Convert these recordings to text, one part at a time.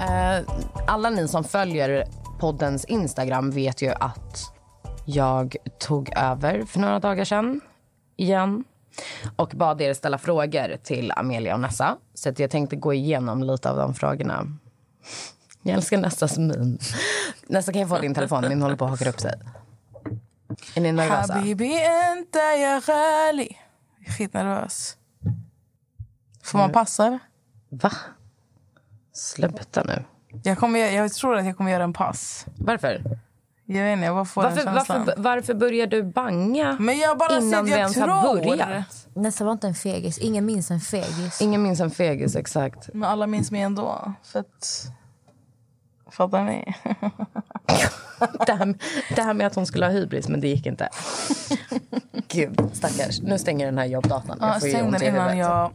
Eh, alla ni som följer poddens Instagram vet ju att jag tog över för några dagar sedan igen och bad er ställa frågor till Amelia och Nessa. Så att jag tänkte gå igenom lite av de frågorna. Jag älskar Nessas min. Nessa, kan jag få din telefon? Min håller på att haka upp sig. Är ni nervösa? Habibi inte jag rally. Jag är skitnervös. Får man passa? eller? Va? Sluta nu. Jag, kommer, jag tror att jag kommer göra en pass. Varför? Jag vet inte, jag bara får Varför, den känslan. varför, varför börjar du banga Men jag bara säger innan att vi jag ens har tror. börjat? Nästa var inte en fegis. Ingen minns en fegis. Ingen minns en fegis, exakt. Men alla minns mig ändå. För att... Fattar ni? Det här, det här med att hon skulle ha hybris, men det gick inte. Gud, stackars. Nu stänger den här jobbdatan. Ja, Jag får ju Stäng ont den i innan huvudet. jag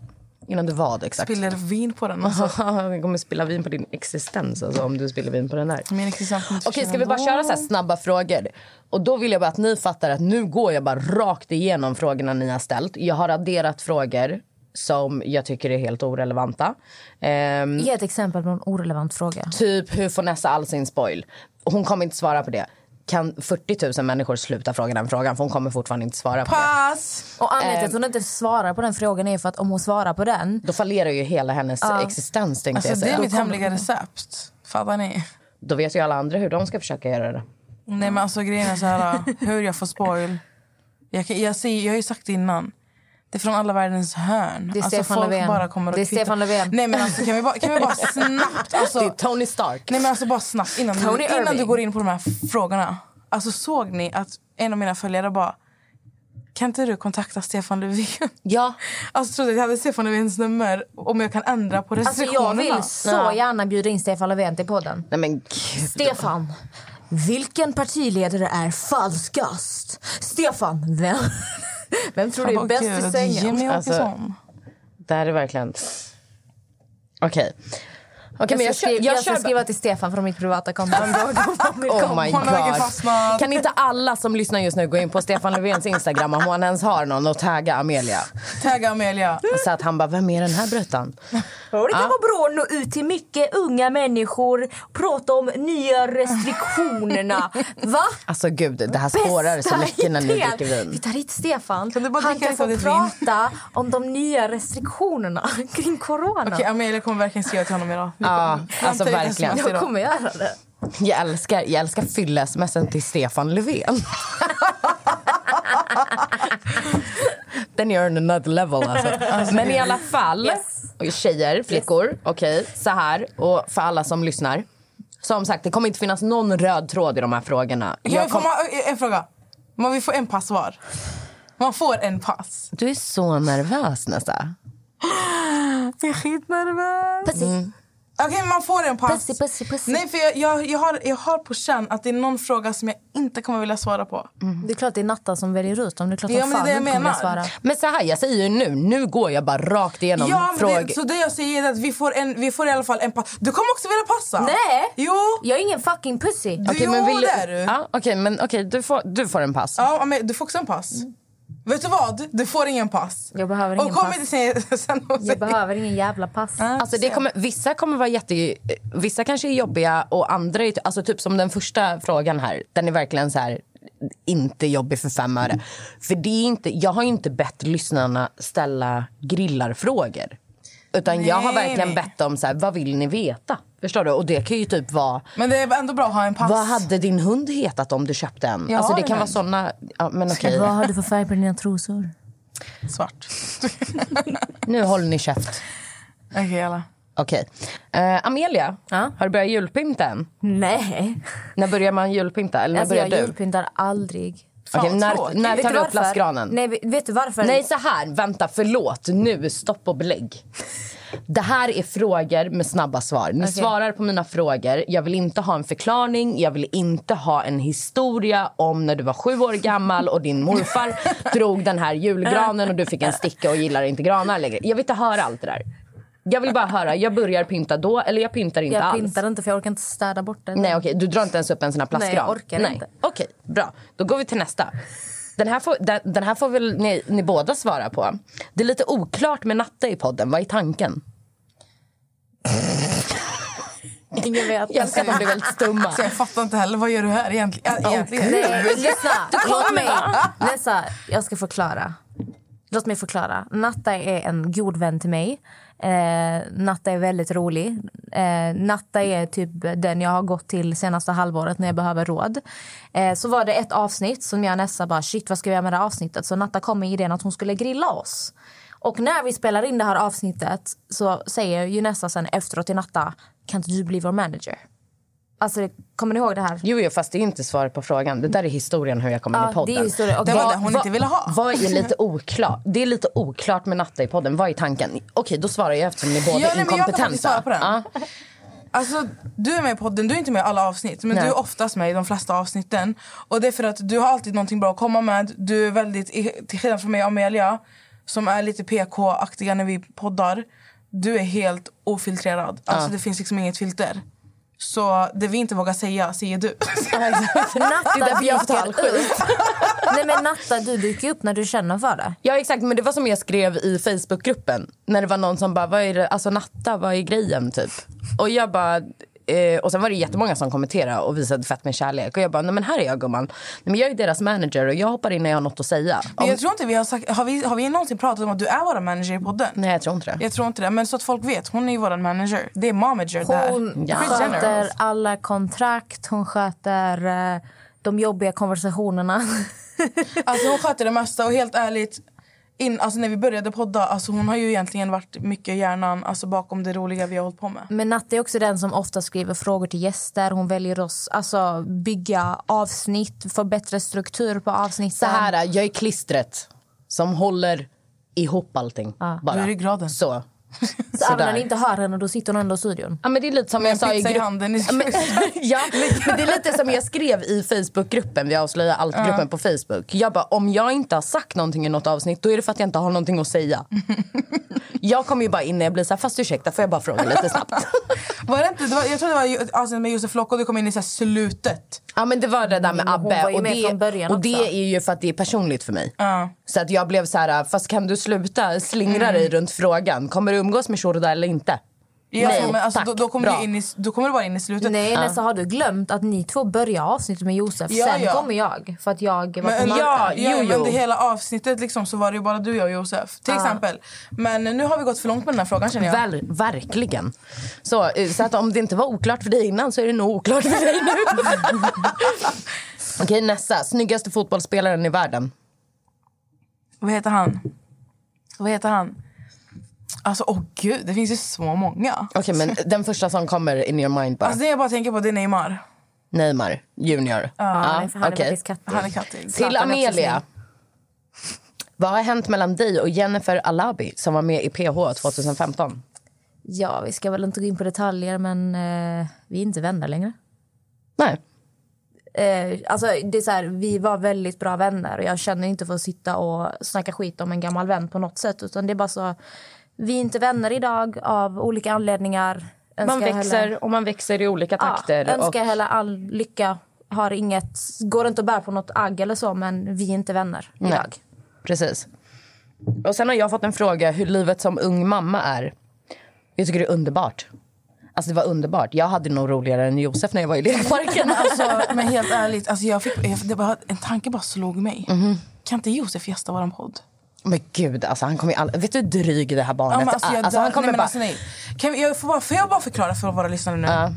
Innan du vad, exakt? spiller vin på den. Alltså. Jag kommer spilla vin på din existens alltså, om du spiller vin på den här. Min existens kommer inte Okej, ska vi försvinna bara köra ändå. så här snabba frågor? Och då vill jag bara att ni fattar att nu går jag bara rakt igenom frågorna ni har ställt. Jag har raderat frågor som jag tycker är helt orelevanta. Ehm, Ge ett exempel på en orelevant fråga. typ, hur får Nessa all sin spoil? Hon kommer inte svara på det. Kan 40 000 människor sluta fråga den frågan? För hon kommer fortfarande inte svara på det. Pass! Och anledningen till att hon inte svarar på den frågan är för att om hon svarar på den... Då fallerar ju hela hennes existens, tänkte Alltså, jag det säga. är mitt hemliga recept. Fattar ni? Då vet ju alla andra hur de ska försöka göra det. Nej men alltså grejen är så här, hur jag får spoil. Jag, kan- jag, ser, jag har ju sagt det innan. Det är från alla världens hörn. Det är alltså, Stefan folk Löfven. bara kommer och Det är Stefan kvittar. Löfven. Nej men alltså kan vi bara, kan vi bara snabbt. Alltså, Det är Tony Stark. nej men alltså bara snabbt innan, Tony du, innan du Irving. går in på de här frågorna. Alltså såg ni att en av mina följare bara kan inte du kontakta Stefan Löfven? Ja, Alltså trodde att jag hade Stefan Löfvens nummer om jag kan ändra på Alltså restriktionerna. jag vill så Ja. gärna bjuda in Stefan Löfven till podden. nej men gud. Stefan, vilken partiledare är falskast? Stefan, vem, vem tror du Jag bara, är bäst i gud, sängen? Jimmy Alltså, Åkesson. Det här är verkligen... Okej. Okej, Jag men ska, jag kör... skriva, jag Jag ska kör skriva till Stefan från mitt privata konto. oh my Hon har verkligen god. fastnat. Kan inte alla som lyssnar just nu gå in på Stefan Löfvens Instagram om han ens har någon och tagga Amelia? Tagga Amelia. Så att han bara, vem är den här brötan? Och det kan vara bra att nå ut till mycket unga människor, prata om nya restriktionerna. Va? Alltså gud, det här spårar så Bästa mycket när ni idén. dricker Vi vin. tar hit Stefan. du bara Han dricka kan lite av få ditt vin? prata om de nya restriktionerna kring corona. Okej, Amelia kommer verkligen skriva till honom idag. Ja, alltså Vänta, det är verkligen. sms Jag idag. kommer göra det. Jag älskar, jag älskar fylla-smsen till Stefan Löfven. Then you're on another level alltså. Men i alla fall, och tjejer, flickor, okej, så här. Och för alla som lyssnar. Som sagt, det kommer inte finnas någon röd tråd i de här frågorna. Kan Jag vi kom- få ma- eh, en fråga? Man vill få en pass var. Man får en pass. Du är så nervös Nessa. Jag är skitnervös. Pussy, Okej, man får en pass. pussy, pussy, pussy. Nej, för jag, jag, jag, har, jag har på känn att det är någon fråga som jag inte kommer vilja svara på. Det är klart det är Natta som väljer ut dem. Det är klart Ja, hon men det är fan det jag inte kommer menar. att svara. Men så här, jag säger ju nu, nu går jag bara rakt igenom Ja, men frågor. det, så det jag säger är att vi får, en, vi får i alla fall en pass. Du kommer också vilja passa. Nej. Jo. Jag är ingen fucking pussy. Du, Okej, jo, men vill det är du. Ja, okej, men okej, du, får, du får en pass. Ja, men du får också en pass. Vet du vad? Du får ingen pass. Jag behöver ingen och kom pass. inte sen, sen och säg- Jag behöver ingen jävla pass. Alltså det kommer, vissa kommer vara jätte... Vissa kanske är jobbiga och andra är... Alltså typ som den första frågan här. Den är verkligen så här... Inte jobbig för fem öre. För det är inte... Jag har ju inte bett lyssnarna ställa grillarfrågor. Utan jag har Nej, verkligen nej. bett dem så här, vad vill ni veta? Förstår du? Och det kan ju typ vara, Men det är ändå bra att ha en pass. vad hade din hund hetat om du köpte en? Jag alltså har det en kan vara hund. såna, ja, men okej. Vad har du för färg på dina trosor? Svart. Nu håller ni käft. Okej, alla. Okej. Eh, Amelia, Ja? har du börjat julpynta än? Nej. När börjar man julpynta? Eller när Alltså, börjar jag du? julpyntar aldrig. Fan, Okej, vad när, tråkigt. när Vet tar du du upp varför? plastgranen? Nej. Nej, vi- vet du varför? så här. Vänta, förlåt. Nu, stopp och belägg. Det här är frågor med snabba svar. Ni svarar på mina frågor. Jag vill inte ha en förklaring. Jag vill inte ha en historia om när du var sju år gammal och din morfar drog den här julgranen och du fick en sticka och gillar inte granar längre. Jag vill inte höra allt det där. Jag vill bara höra. Jag börjar pynta då eller jag pyntar inte Jag alls. pyntar inte för jag orkar inte städa bort det. Nej okej, du drar inte ens upp en sån här plastgran? Nej, jag orkar inte. Okej, bra. Då går vi till nästa. Den här får, den, den här får väl ni, ni båda svara på. Det är lite oklart med Natta i podden. Vad är tanken? Ingen vet. Jag älskar att de blir väldigt stumma. Så jag fattar inte heller. Vad gör du här egentligen? Äh, egentligen. Nej, men lyssna. Låt mig. Nessa, jag ska förklara. Låt mig förklara. Natta är en god vän till mig. Eh, Natta är väldigt rolig. Eh, Natta är typ den jag har gått till senaste halvåret när jag behöver råd. Eh, så var det ett avsnitt som jag nästan bara shit vad ska vi göra med det här avsnittet? Så Natta kom med idén att hon skulle grilla oss. Och när vi spelar in det här avsnittet så säger ju Nessa sen efteråt till Natta kan inte du bli vår manager? Alltså kommer ni ihåg det här? Jo, jo, fast det är inte svaret på frågan. Det där är historien hur jag kom in Ja, i podden. det är historia. Och Det var vad- det hon inte ville ha. Vad är lite oklart? Det är lite oklart med Natta i podden. Vad är tanken? Okej, då svarar jag eftersom ni båda Ja, nej, är men jag kan faktiskt inkompetenta. svara på den. Ja. Alltså, du är med i podden, du är inte med i alla avsnitt men Nej. du är oftast med i de flesta avsnitten. Och det är för att du har alltid någonting bra att komma med. Du är väldigt, i- till skillnad från mig och Amelia som är lite PK-aktiga när vi poddar. Du är helt ofiltrerad. Alltså det finns liksom inget filter. Så det vi inte vågar säga säger du. Det är Natta därför jag har fått dyker upp. Nej men Natta du dyker upp när du känner för det. Ja exakt, men det var som jag skrev i Facebookgruppen. När det var någon som bara, vad är det, alltså Natta, vad är grejen typ? Och jag bara, eh, och sen var det jättemånga som kommenterade och visade fett med kärlek. Och jag bara, nej men här är jag gumman. Nej, men jag är deras manager och jag hoppar in när jag har något att säga. Men jag tror inte vi har sagt, har vi, har vi någonsin pratat om att du är vår manager i podden? Nej jag tror inte det. Jag tror inte det, men så att folk vet, hon är ju vår manager. Det är momager där. Hon Ja. sköter alla kontrakt, hon sköter eh, de jobbiga konversationerna. Alltså hon sköter det mesta och helt ärligt in, alltså när vi började podda, alltså hon har ju egentligen varit mycket hjärnan alltså bakom det roliga vi har hållit på med. Men Natta är också den som ofta skriver frågor till gäster. Hon väljer oss alltså bygga avsnitt, få bättre struktur på avsnitten. Så här, är, jag är klistret som håller ihop allting. Bara. Du är ryggraden. Så. så även sådär. när ni inte hör henne, då sitter hon ändå i studion. Ja, men det är lite som jag sa i Pizza i gruppen. handen. i- Men, ja, men det är lite som jag skrev i Facebookgruppen. Vi avslöjar allt-gruppen på Facebook. Jag bara, om jag inte har sagt någonting i något avsnitt då är det för att jag inte har någonting att säga. jag kommer ju bara in när jag blir så här, fast ursäkta, får jag bara fråga lite snabbt? Var det inte, det var, jag tror det var ju- alltså med Josef Locke och du kom in i så här slutet. ja, men det var det där med Men hon Abbe. var ju och med det, från början och det också. är ju för att det är personligt för mig. Ja. Så att jag blev så här, fast kan du sluta slingra Mm. dig runt frågan? Kommer du umgås med Shurda eller inte? Ja, Nej, men alltså, tack, då, då, kommer bra. du in i, då kommer du bara in i slutet. Nej, Nessa, har du glömt att ni två börjar avsnittet med Josef? Ja, Sen ja. kommer jag, för att jag var på Men, Malta. ja, jo, ja, men jo. Ah. det hela avsnittet liksom, så var det ju bara du och Josef. Till exempel. Men nu har vi gått för långt med den här frågan känner jag. Väl, verkligen. Så, eh, så att om det inte var oklart för dig innan så är det nog oklart för dig nu. Okej, nästa. Snyggaste fotbollsspelaren i världen. Vad heter han? Vad heter han? Alltså åh gud, det finns ju så många. Okej, men den första som kommer in your mind bara. Alltså det jag bara tänker på det är Neymar. Neymar junior. Ja, men för han är okej. faktiskt kattig. Han är kattig. Till Zlatan är också Amelia. Vad har hänt mellan dig och Jennifer Alabi som var med i PH 2015? Ja, vi ska väl inte gå in på detaljer, men eh, vi är inte vänner längre. Nej. Eh, alltså, det är så här, vi var väldigt bra vänner och jag känner inte för att sitta och snacka skit om en gammal vän på något sätt. Utan det är bara så, vi är inte vänner idag av olika anledningar. Man Önskar Hela, växer och man växer i olika ja, takter. och- önskar hela all lycka. Har inget, går inte att bära på något agg eller så, men vi är inte vänner idag. Precis. Och sen har jag fått en fråga hur livet som ung mamma är. Jag tycker det är underbart. Alltså det var underbart. Jag hade nog roligare än Josef när jag var i lekparken. Alltså, men helt ärligt, alltså jag fick, jag, det bara, en tanke bara slog mig. Mhm. Kan inte Josef gästa våran podd? men gud, alltså han kommer ju all... Vet du hur dryg det här barnet Ja, men alltså, är? jag Alltså, han dör. kommer nej, men bara... alltså, nej. Kan vi, jag får, bara, får jag bara förklara för våra lyssnare nu? Ja.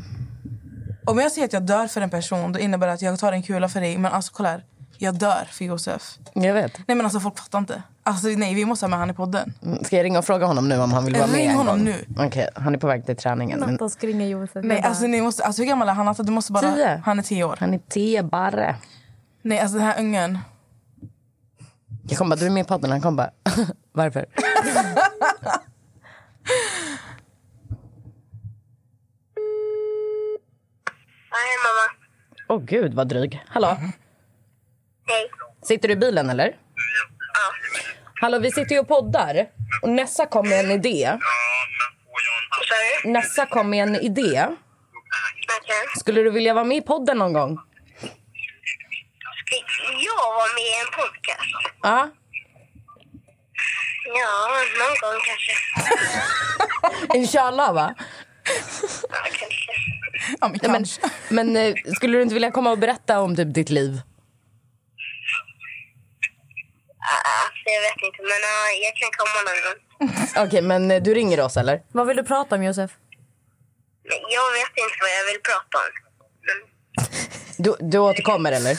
Om jag säger att jag dör för en person då innebär det att jag tar en kula för dig. Men alltså kolla här, jag dör för Josef. Jag vet. Nej men alltså folk fattar inte. Alltså nej, vi måste ha med han i podden. Mm, Ska jag ringa och fråga honom nu om han vill vara med Ring en honom gång? nu. Okej, han är på väg till träningen. Men Natta ska ringa Josef. Nej, alltså, ni måste, alltså hur gammal är han? Alltså, du måste bara, Tio. Han är tio år. han är tebarre. Nej alltså den här ungen. Jag kommer bara, du är med i podden. Han kommer bara, varför? Nej, mamma. Åh gud vad dryg. Hallå, Hej. sitter du i bilen eller? Ja. Hallå, vi sitter ju och poddar. Och Nessa kom med en idé. Vad sa du? Nessa kom med en idé. Okej. Skulle du vilja vara med i podden någon gång? Ska jag vara med i en podcast? Ja. Ja, någon gång kanske. Inshallah, va? Ja, kanske. Ja, men Nej, men, kanske. men eh, skulle du inte vilja komma och berätta om typ ditt liv? Alltså, jag vet inte, men ja, jag kan komma någon gång. Okej, men eh, du ringer oss eller? Vad vill du prata om, Josef? Men jag vet inte vad jag vill prata om. Men Du, du återkommer eller?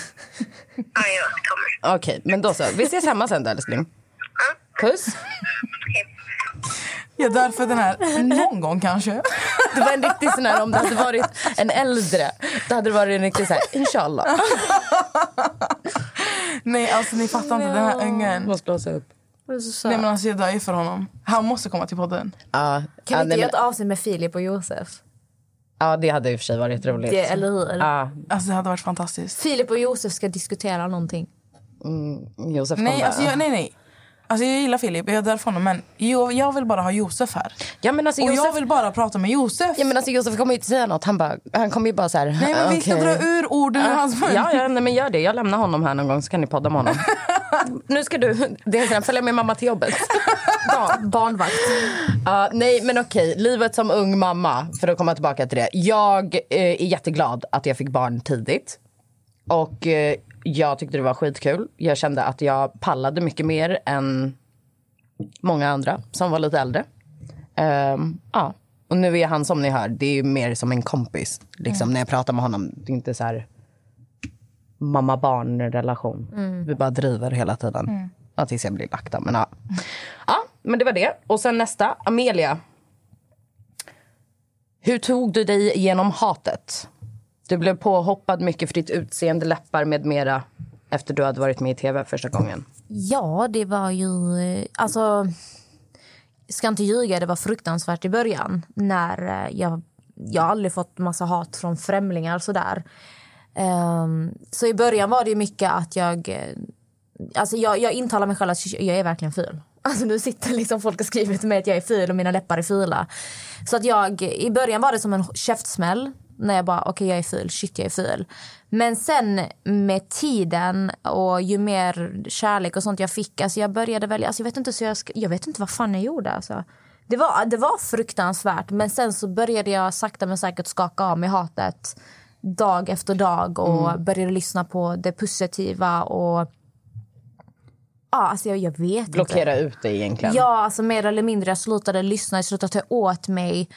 ja, jag återkommer. Okej, men då så. Vi ses hemma sen då älskling. Puss. Jag dör för den här någon gång kanske. Det var en riktig sån här, om det hade varit en äldre, då hade det varit en riktig så här, inshallah. Nej, alltså ni fattar inte den här Jag ungen. måste låsa upp. Du är så söt. Nej men alltså jag dör ju för honom. Han måste komma till podden. Ja, ja, kan vi nej, inte göra men- ett avsnitt med Filip och Josef? ja, det hade i och för sig varit roligt. Det, eller hur? Ja, Alltså det hade varit fantastiskt. Filip och Josef ska diskutera någonting. Josef kom Nej, bara. alltså jag, nej, nej. Alltså jag gillar Filip, jag dör för honom. Men jo, jag vill bara ha Josef här. ja, men alltså, Och Josef, jag vill bara prata med Josef. ja, men alltså, Josef kommer ju inte säga något. Han, bara, han kommer ju bara så här... Nej men vi ska dra ur orden ur hans mun. Ja, ja nej, men gör det. Jag lämnar honom här någon gång så kan ni podda med honom. nu ska du det är sådär, följa med mamma till jobbet. Ja. Barnvakt. Ja, nej, men okej. Livet som ung mamma, för att komma tillbaka till det. Jag eh, är jätteglad att jag fick barn tidigt. Och eh, jag tyckte det var skitkul. Jag kände att jag pallade mycket mer än många andra som var lite äldre. Ehm, ja. Och nu är han som ni hör, det är ju mer som en kompis. Liksom, När jag pratar med honom, det är inte så här mamma-barn-relation. Vi bara driver hela tiden. Ja, tills jag blir lack då, men ja. Ja, men det var det. Och sen nästa, Amelia. Hur tog du dig genom hatet? Du blev påhoppad mycket för ditt utseende, läppar med mera efter du hade varit med i tv första gången. Ja, det var ju... eh, Alltså, ska inte ljuga, det var fruktansvärt i början. När eh, jag, jag har aldrig fått massa hat från främlingar sådär. Um, så i början var det ju mycket att jag... eh, Alltså jag, jag intalar mig själv att jag är verkligen ful. Alltså nu sitter liksom folk och skriver till mig att jag är ful och mina läppar är fula. Så att jag, i början var det som en käftsmäll när jag bara okej jag är ful, shit jag är ful. Men sen med tiden och ju mer kärlek och sånt jag fick, alltså jag började välja, alltså jag vet inte så jag, sk- jag vet inte vad fan jag gjorde alltså. Det var, det var fruktansvärt men sen så började jag sakta men säkert skaka av mig hatet dag efter dag och började lyssna på det positiva och Ja, alltså jag, jag vet inte. Blockera ut dig egentligen. Ja, alltså mer eller mindre. Jag slutade lyssna, jag slutade ta åt mig.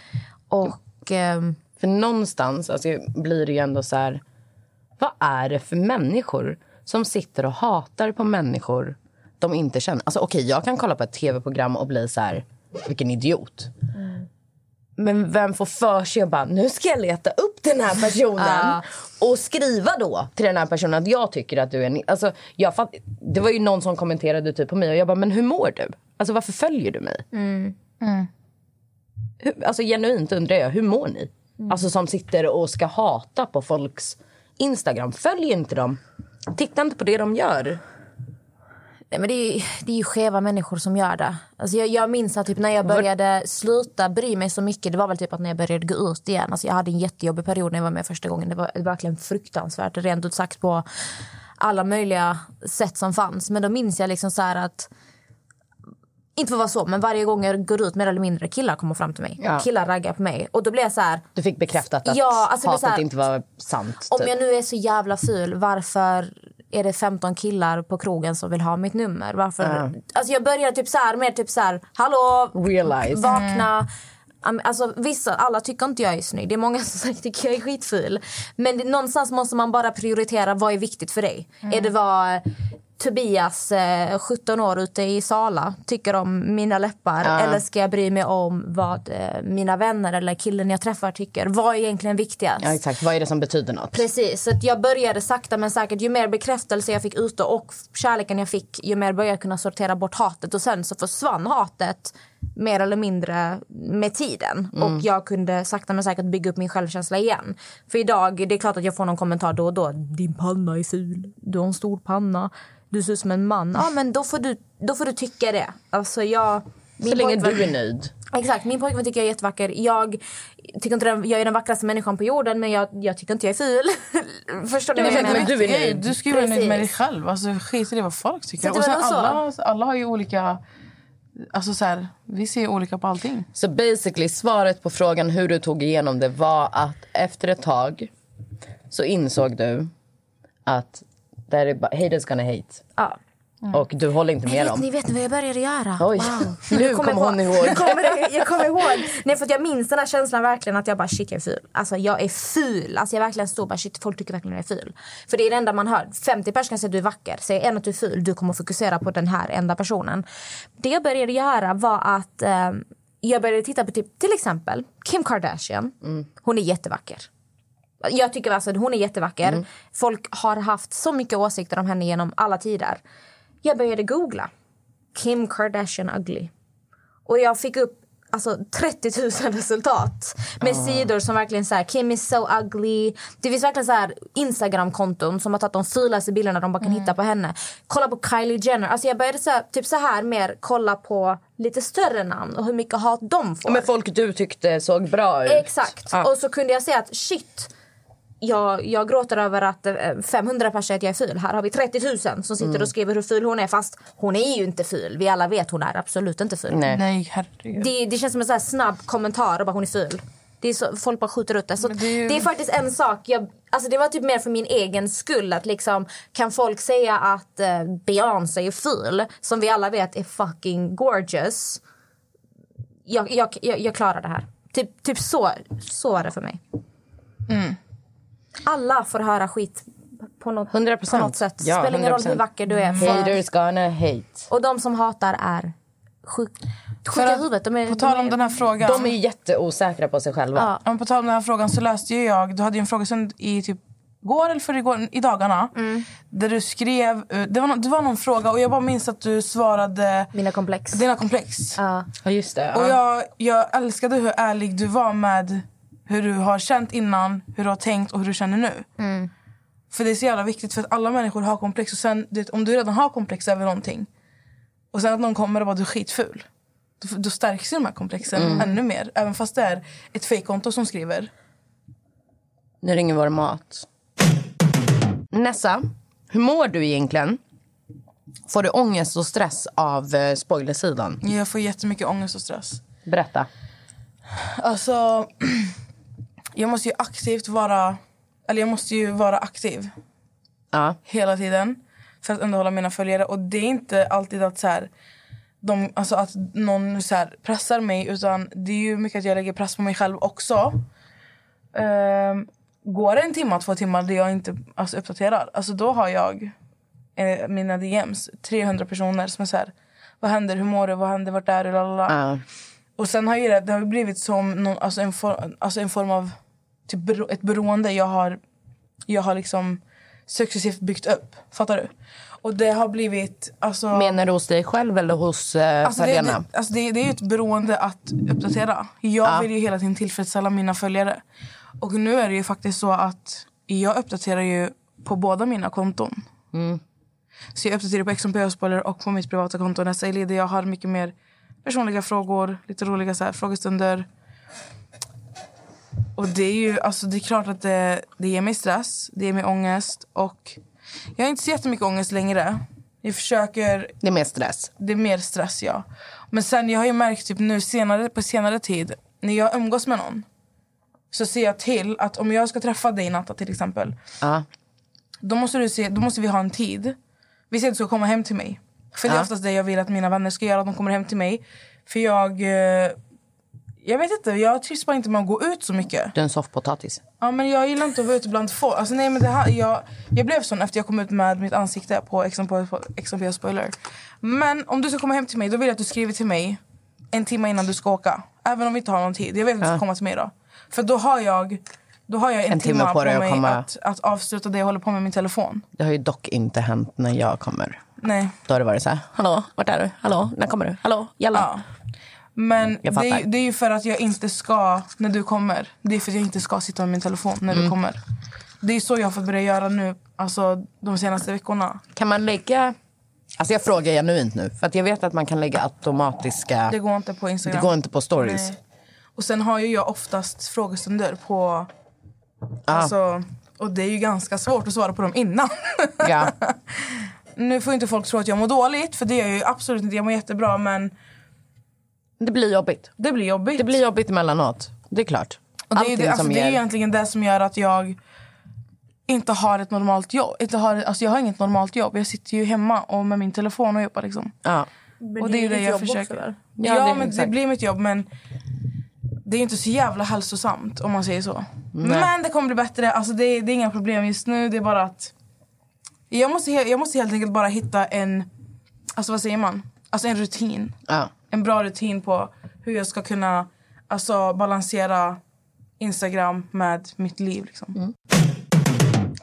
Och ehm, För någonstans alltså, blir det ju ändå så här... Vad är det för människor som sitter och hatar på människor de inte känner? Alltså okej, jag kan kolla på ett tv-program och bli så här... Vilken idiot. Men vem får för sig att bara, nu ska jag leta upp den här personen och skriva då till den här personen att jag tycker att du är en... Alltså, jag fatt, det var ju någon som kommenterade typ på mig och jag bara, men hur mår du? Alltså varför följer du mig? Hur, alltså genuint undrar jag, hur mår ni? Alltså som sitter och ska hata på folks Instagram. Följ inte dem. Titta inte på det de gör. nej, men det, är, ju- det är ju skeva människor som gör det. Alltså jag, jag minns att typ när jag började sluta bry mig så mycket. Det var väl typ att när jag började gå ut igen. Alltså jag hade en jättejobbig period när jag var med första gången. Det var verkligen fruktansvärt. Rent ut sagt på alla möjliga sätt som fanns. Men då minns jag liksom så här att inte för att vara så, men varje gång jag går ut mer eller mindre killar kommer fram till mig. Ja. Killar raggar på mig. Och då blir jag så här, Du fick bekräftat att Ja, alltså det är hatet så här- inte var sant. Om typ. jag nu är så jävla ful, varför är det 15 killar på krogen som vill ha mitt nummer? Varför? Alltså jag började typ så här, mer typ så här, hallå, Realize. vakna. Am- Alltså vissa, alla tycker inte jag är snygg. Det är många som sagt tycker jag är skitful. Men det, någonstans måste man bara prioritera vad är viktigt för dig. Är Mm. det vad Tobias, eh, 17 år, ute i Sala tycker om mina läppar? Eller ska jag bry mig om vad eh, mina vänner eller killen jag träffar tycker? Vad är egentligen viktigast? Ja, exakt. Vad är det som betyder något? Precis, så att jag började sakta men säkert. Ju mer bekräftelse jag fick ute och kärleken jag fick, ju mer började jag kunna sortera bort hatet. Och sen så försvann hatet mer eller mindre med tiden. Mm. Och jag kunde sakta men säkert bygga upp min självkänsla igen. För idag, det är klart att jag får någon kommentar då och då. Din panna är ful. Du har en stor panna. Du ser ut som en man. Ja, men då får du, då får du tycka det. Alltså jag... Så min länge pojkvän- du är nöjd. Exakt, min pojkvän tycker jag är jättevacker. Jag, tycker inte den, jag är den vackraste människan på jorden men jag, jag tycker inte jag är ful. Förstår du vad jag men- menar? men du är Nej, nöjd. du ska ju vara nöjd med dig Precis. själv. Alltså, skit i det vad folk tycker. Så det Och sen var nog så. alla, alla har ju olika Alltså så här, vi ser olika på allting. Så basically svaret på frågan hur du tog igenom det var att efter ett tag så insåg du att där är bara, haters gonna hate. Ja. Och du håller inte med Vet, dem. ni vet ni vad jag började göra? Oj, nu kommer hon ihåg. Jag kommer, jag kommer ihåg. Nej, för att jag minns den här känslan verkligen att jag bara shit jag är ful. Alltså jag är ful. Alltså jag verkligen stod bara shit folk tycker verkligen jag är ful. För det är det enda man hör. 50 personer kan säga att du är vacker. Säger en att du är ful. Du kommer fokusera på den här enda personen. Det jag började göra var att eh, jag började titta på typ, till exempel Kim Kardashian. Mm. Hon är jättevacker. Jag tycker alltså att hon är jättevacker. Mm. Folk har haft så mycket åsikter om henne genom alla tider. Jag började googla. Kim Kardashian ugly. Och jag fick upp alltså, 30 000 resultat med sidor som verkligen så här, Kim is so ugly. Det finns verkligen så här Instagram-konton som har tagit de fulaste bilderna de bara kan hitta på henne. Kolla på Kylie Jenner. Alltså jag började så här, typ så här mer kolla på lite större namn och hur mycket hat de får. Men folk du tyckte såg bra ut. Exakt. Ja. Och så kunde jag säga att shit, jag, jag gråter över att eh, 500 personer säger att jag är ful. Här har vi 30 000 som sitter Mm. och skriver hur ful hon är. Fast hon är ju inte ful. Vi alla vet hon är absolut inte ful. Nej. Nej, herregud. Det, det känns som en så här snabb kommentar och bara hon är ful. Det är så, folk bara skjuter ut det. Så Men det är ju- det är faktiskt en sak. Jag, alltså det var typ mer för min egen skull. Att liksom, kan folk säga att eh, Beyoncé är ful, som vi alla vet är fucking gorgeous. Jag, jag, jag, jag klarar det här. Typ, typ så, så var det för mig. Mm. Alla får höra skit på något, 100%. på något sätt. Ja, Mm. Spelar ingen roll hur 100%. vacker du är. För, Haters gonna hate. Och de som hatar är sjuk, För sjuka i att- huvudet. De är, På tal de om är, den här frågan. De är ju jätteosäkra på sig själva. Ja. Ja, men på tal om den här frågan så läste ju jag, du hade ju en frågestund i typ går eller förrgår, i dagarna. Mm. Där du skrev, eh, det var, nå- det var någon fråga och jag bara minns att du svarade Mina komplex. dina komplex. Ja. Ja, just det. Och ja. jag, jag älskade hur ärlig du var med hur du har känt innan, hur du har tänkt och hur du känner nu. För det är så jävla viktigt för att alla människor har komplex och sen det, om du redan har komplex över någonting och sen att någon kommer och bara du är skitful. Då, då stärks ju de här komplexen ännu mer. Även fast det är ett fejkkonto som skriver. Nu ringer vår mat. Nessa, hur mår du egentligen? Får du ångest och stress av eh, spoilersidan? Jag får jättemycket ångest och stress. Berätta. Alltså, jag måste ju aktivt vara... Eller jag måste ju vara aktiv Ja. hela tiden för att underhålla mina följare. Och det är inte alltid att så här, de, alltså att någon så här pressar mig utan det är ju mycket att jag lägger press på mig själv också. Ehm, går det en timme, två timmar där jag inte alltså, uppdaterar, alltså då har jag eh, mina DMs, 300 personer som är så här, vad händer, hur mår du, vad händer, vart är du, lalala. Ja. Och sen har ju det, det har ju blivit som någon, alltså en, for, alltså en form av typ bero, ett beroende jag har, jag har liksom successivt byggt upp. Fattar du? Och det har blivit... Alltså, Menar du hos dig själv eller hos eh, alltså, det, följarna? det, alltså det, det är ju ett beroende att uppdatera. Jag vill ju hela tiden tillfredsställa mina följare. Och nu är det ju faktiskt så att jag uppdaterar ju på båda mina konton. Så jag uppdaterar på XMP och Spoiler och på mitt privata konto. Nästa Elid jag har mycket mer personliga frågor, lite roliga så här, frågestunder. Och det är ju, alltså det är klart att det, det ger mig stress, det ger mig ångest och jag har inte så jättemycket ångest längre. Jag försöker det är mer stress. det är mer stress, ja. Men sen jag har ju märkt typ nu senare, på senare tid, när jag umgås med någon så ser jag till att om jag ska träffa dig Natta till exempel Ja. då måste, du se, då måste vi ha en tid. Vi säger att du ska komma hem till mig. För det är oftast det jag vill att mina vänner ska göra, att de kommer hem till mig. För jag... eh, Jag vet inte, jag trivs bara inte med att gå ut så mycket. Du är en soffpotatis. Ja, men jag gillar inte att vara ute bland folk. Alltså, nej, men det här, jag, jag blev sån efter jag kom ut med mitt ansikte på XMP Spoiler. Men om du ska komma hem till mig, då vill jag att du skriver till mig en timme innan du ska åka. Även om vi inte har någon tid. Jag vet att du ska komma till mig då. För då har jag, då har jag en, En timme på dig att mig komma. att, att avsluta det jag håller på med min telefon. Det har ju dock inte hänt när jag kommer. Nej. Då har det varit så här, hallå, vart är du? Hallå, när kommer du? Hallå, jalla. Ja. Men det Jag är, fattar. ju- det är ju för att jag inte ska, när du kommer. Det är för att jag inte ska sitta med min telefon när Mm. du kommer. Det är så jag har fått börja göra nu, alltså de senaste veckorna. Kan man lägga... Alltså jag frågar genuint nu, för att jag vet att man kan lägga automatiska... Det går inte på Instagram. Det går inte på stories. Nej. Och sen har ju jag oftast frågestunder på... Ah. Alltså, och det är ju ganska svårt att svara på dem innan. Ja. nu får ju inte folk tro att jag mår dåligt, för det gör jag ju absolut inte. Jag mår jättebra, men Det blir jobbigt. Det blir jobbigt. Det blir jobbigt emellanåt. Det är klart. Och det, är, ju Allting det, alltså, som det är ger- egentligen det som gör att jag inte har ett normalt jobb. Inte har, alltså, jag har inget normalt jobb. Jag sitter ju hemma och med min telefon och jobbar. Liksom. ja. Och det är ju det jag försöker. Ja, Ja, det är men det exakt. blir mitt jobb men det är inte så jävla hälsosamt om man säger så. Men det kommer bli bättre. Alltså det, är- det är inga problem just nu. Det är bara att jag måste, he- jag måste helt enkelt bara hitta en, alltså vad säger man? Alltså en rutin. Ja. En bra rutin på hur jag ska kunna alltså, balansera Instagram med mitt liv. Liksom.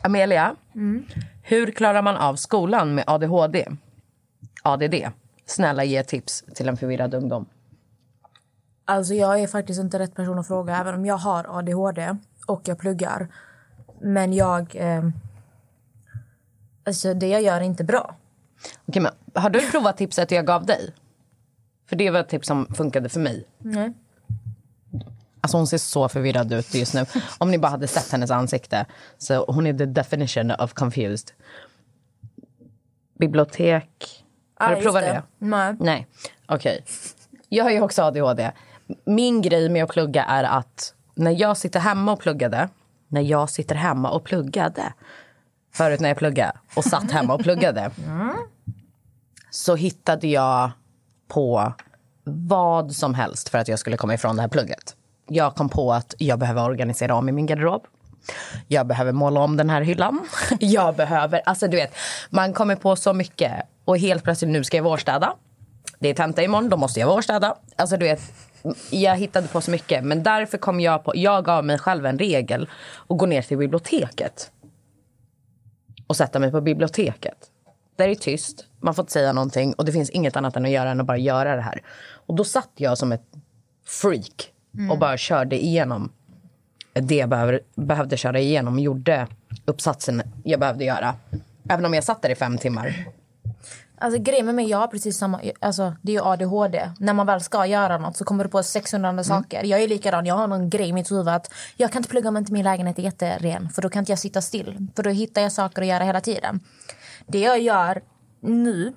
Amelia, Mm. hur klarar man av skolan med ADHD? ADD? Snälla ge tips till en förvirrad ungdom. Alltså jag är faktiskt inte rätt person att fråga även om jag har ADHD och jag pluggar. Men jag... Eh, alltså det jag gör är inte bra. Okej, men har du provat tipset jag gav dig? För det var ett tips som funkade för mig. Nej. Alltså hon ser så förvirrad ut just nu. Om ni bara hade sett hennes ansikte. Så hon är the definition of confused. Bibliotek. Har du provat det? Nej. Nej, okej. Jag har ju också ADHD. Min grej med att plugga är att när jag sitter hemma och pluggade, när jag sitter hemma och pluggade, förut när jag pluggade och satt hemma och pluggade, så hittade jag på vad som helst för att jag skulle komma ifrån det här plugget. Jag kom på att jag behöver organisera om i min garderob. Jag behöver måla om den här hyllan. Jag behöver... Alltså du vet, man kommer på så mycket. Och helt plötsligt, nu ska jag vårstäda. Det är tenta imorgon, då måste jag vårstäda. Alltså du vet, jag hittade på så mycket. Men därför kom jag på... Jag gav mig själv en regel och gå ner till biblioteket och sätta mig på biblioteket. Där det är tyst, man får inte säga någonting och det finns inget annat än att göra än att bara göra det här. Och då satt jag som ett freak och bara körde igenom det jag behöver, behövde köra igenom och gjorde uppsatsen jag behövde göra. Även om jag satt där i fem timmar. Alltså grejen med mig, jag har precis samma... Alltså det är ju ADHD. När man väl ska göra något så kommer du på Mm. 600 andra saker. Jag är likadan, jag har någon grej i mitt huvud att jag kan inte plugga om inte min lägenhet är jätteren. För då kan inte jag sitta still. För då hittar jag saker att göra hela tiden. Det jag gör nu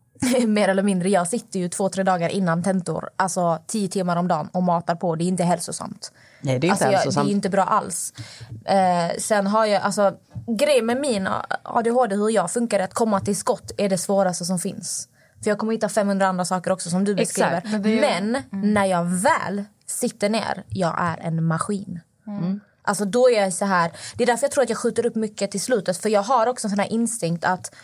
mer eller mindre. Jag sitter ju två, tre dagar innan tentor, alltså tio timmar om dagen och matar på. Det är inte hälsosamt. Nej, det är inte alltså, jag- hälsosamt. Det är inte bra alls. Eh, sen har jag, alltså grejen med min ADHD, hur jag funkar, är att komma till skott är det svåraste som finns. För jag kommer hitta 500 andra saker också som du beskriver. Exakt, Men, när jag väl sitter ner, jag är en maskin. Alltså då är jag så här, det är därför jag tror att jag skjuter upp mycket till slutet. För jag har också en sån här instinkt att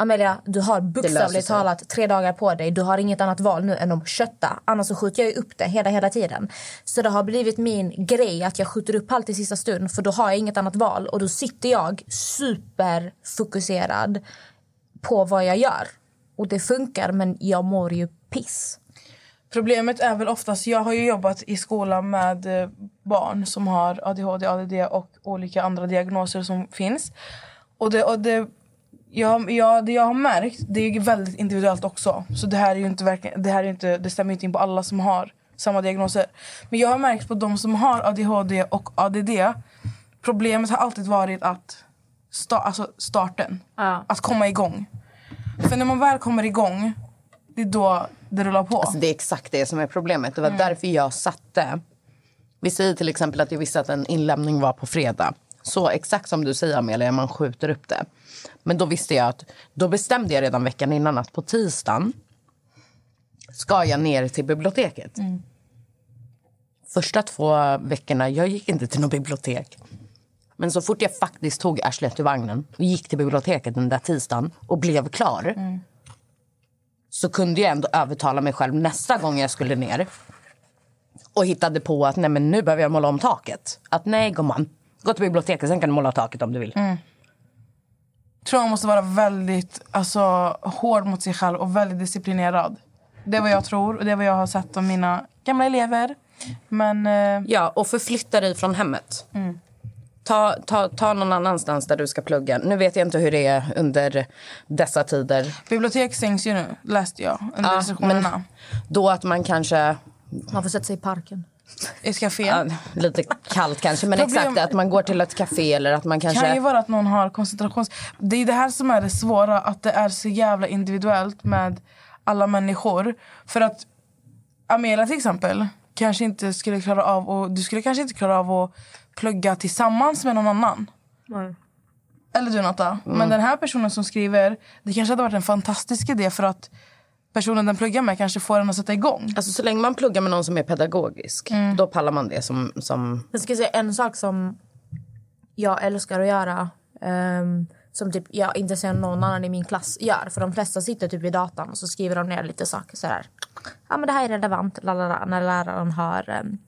Amelia, du har löser bokstavligt sig. talat tre dagar på dig. Du har inget annat val nu än att kötta. Annars så skjuter jag ju upp det hela, hela tiden. Så det har blivit min grej att jag skjuter upp allt i sista stund för då har jag inget annat val och då sitter jag superfokuserad på vad jag gör. Och det funkar men jag mår ju piss. Problemet är väl oftast, jag har ju jobbat i skolan med eh, barn som har ADHD, ADD och olika andra diagnoser som finns. Och det, och det, jag, jag, det jag har märkt, det är ju väldigt individuellt också. Så det här är ju inte, verkligen, det här är ju inte, det stämmer ju inte in på alla som har samma diagnoser. Men jag har märkt på de som har ADHD och ADD, problemet har alltid varit att sta, alltså starten, att komma igång. För när man väl kommer igång, det är då det rullar på. Alltså, det är exakt det som är problemet. Det var därför jag satte... Vi säger till exempel att jag visste att en inlämning var på fredag. Så exakt som du säger, Amelia, man skjuter upp det. Men då visste jag att... Då bestämde jag redan veckan innan att på tisdagen ska jag ner till biblioteket. Första två veckorna, jag gick inte till något bibliotek. Men så fort jag faktiskt tog arslet ur vagnen och gick till biblioteket den där tisdagen och blev klar så kunde jag ändå övertala mig själv nästa gång jag skulle ner och hittade på att nej, men nu behöver jag måla om taket. Att nej, gumman, gå till biblioteket, sen kan du måla taket om du vill. Mm. tror man måste vara väldigt alltså, hård mot sig själv och väldigt disciplinerad. Det är vad jag tror och det är vad jag har sett av mina gamla elever. Men eh, Ja, och förflytta dig från hemmet. Mm. Ta, ta, ta någon annanstans där du ska plugga. Nu vet jag inte hur det är under dessa tider. bibliotek stängs ju nu, läste jag under Ja, restriktionerna. Då att man kanske... Man får sätta sig i parken. I ett café. ja, lite kallt kanske, men Problem- exakt att man går till ett café eller att man kanske... kan ju vara att någon har koncentrations... Det är det här som är det svåra, att det är så jävla individuellt med alla människor. För att Amelia till exempel kanske inte skulle klara av och du skulle kanske inte klara av att plugga tillsammans med någon annan. Eller du Natta. Mm. Men den här personen som skriver, det kanske hade varit en fantastisk idé för att personen den pluggar med kanske får den att sätta igång. Alltså, så länge man pluggar med någon som är pedagogisk, Mm. då pallar man det som... som Jag ska säga en sak som jag älskar att göra. ehm, som typ jag inte ser någon annan i min klass gör. För de flesta sitter typ vid datan och så skriver de ner lite saker sådär. Ja men det här är relevant, lalala, när läraren har ehm,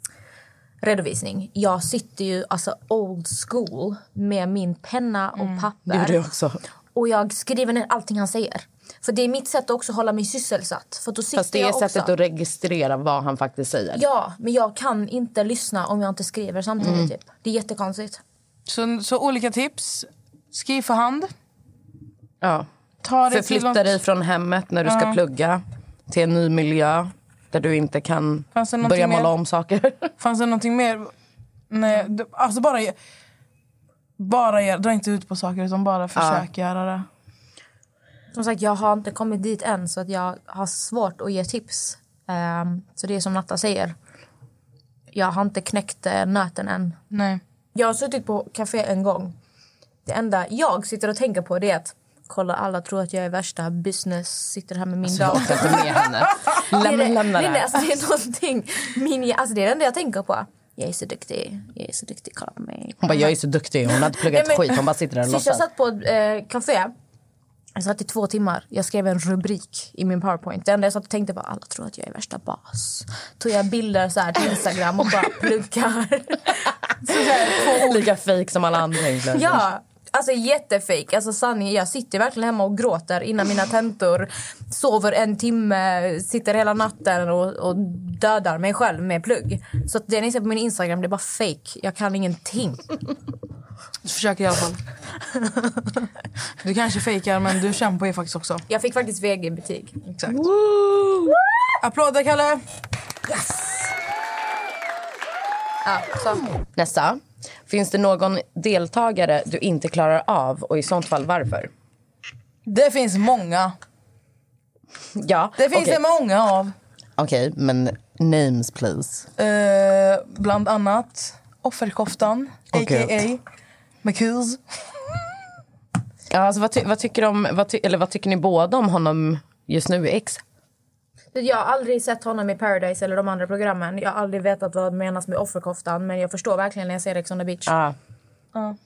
redovisning. Jag sitter ju alltså old school med min penna och papper. det Mm. gjorde jag också. Och jag skriver ner allting han säger. För det är mitt sätt att också hålla mig sysselsatt. För då sitter Fast det är jag också. sättet att registrera vad han faktiskt säger. Ja, men jag kan inte lyssna om jag inte skriver samtidigt. Mm. Typ. Det är jättekonstigt. Så, så olika tips. Skriv för hand. Ja. Ta det till Förflytta något- dig från hemmet när du ska plugga till en ny miljö där du inte kan Fanns det någonting börja måla mer? om saker. Fanns det någonting mer? Nej, du- alltså bara... Bara gör- dra inte ut på saker utan bara försök göra det. Som sagt, jag har inte kommit dit än så att jag har svårt att ge tips. Ehm, så det är som Natta säger. Jag har inte knäckt eh, nöten än. Nej. Jag har suttit på café en gång. Det enda jag sitter och tänker på det är att kolla alla tror att jag är värsta business, sitter här med min Alltså, Jag dator. orkar inte med henne. Det är Lämna, det- lämna det. nej, nej, här. alltså, det är någonting. Min, alltså, det är det enda jag tänker på. Jag är så duktig, jag är så duktig, kolla på mig. Hon bara, jag är så duktig. Hon har inte pluggat Nej, men- skit. Hon bara sitter där och Sist jag låtsas. satt på ett eh, café, jag satt i två timmar. Jag skrev en rubrik i min powerpoint. Det enda jag satt och tänkte var alla tror att jag är värsta bas. Tog jag bilder så här till Instagram och bara pluggar. Lika fejk som alla andra egentligen. ja, alltså jättefejk. Alltså sanning, jag sitter verkligen hemma och gråter innan mina tentor. Sover en timme, sitter hela natten och, och dödar mig själv med plugg. Så att det ni ser på min Instagram det är bara fake. Jag kan ingenting. Försök i alla fall. Du kanske fejkar men du kämpar ju faktiskt också. Jag fick faktiskt VG-betyg. Exakt. Applåder Kalle! Ja, så. Nästa. Finns det någon deltagare du inte klarar av och i sånt fall varför? Det finns många. Ja, Det finns okej. det många av. Okej, men names please. Eh, bland annat Offerkoftan, Åh, a.k.a. gud. Mercuse. Ja, alltså, vad, ty- vad, tycker om, vad, ty- eller vad tycker ni båda om honom just nu i X? Jag har aldrig sett honom i Paradise eller de andra programmen. Jag har aldrig vetat vad menas med offerkoftan. Men jag förstår verkligen när jag ser Ex on the beach. Ah,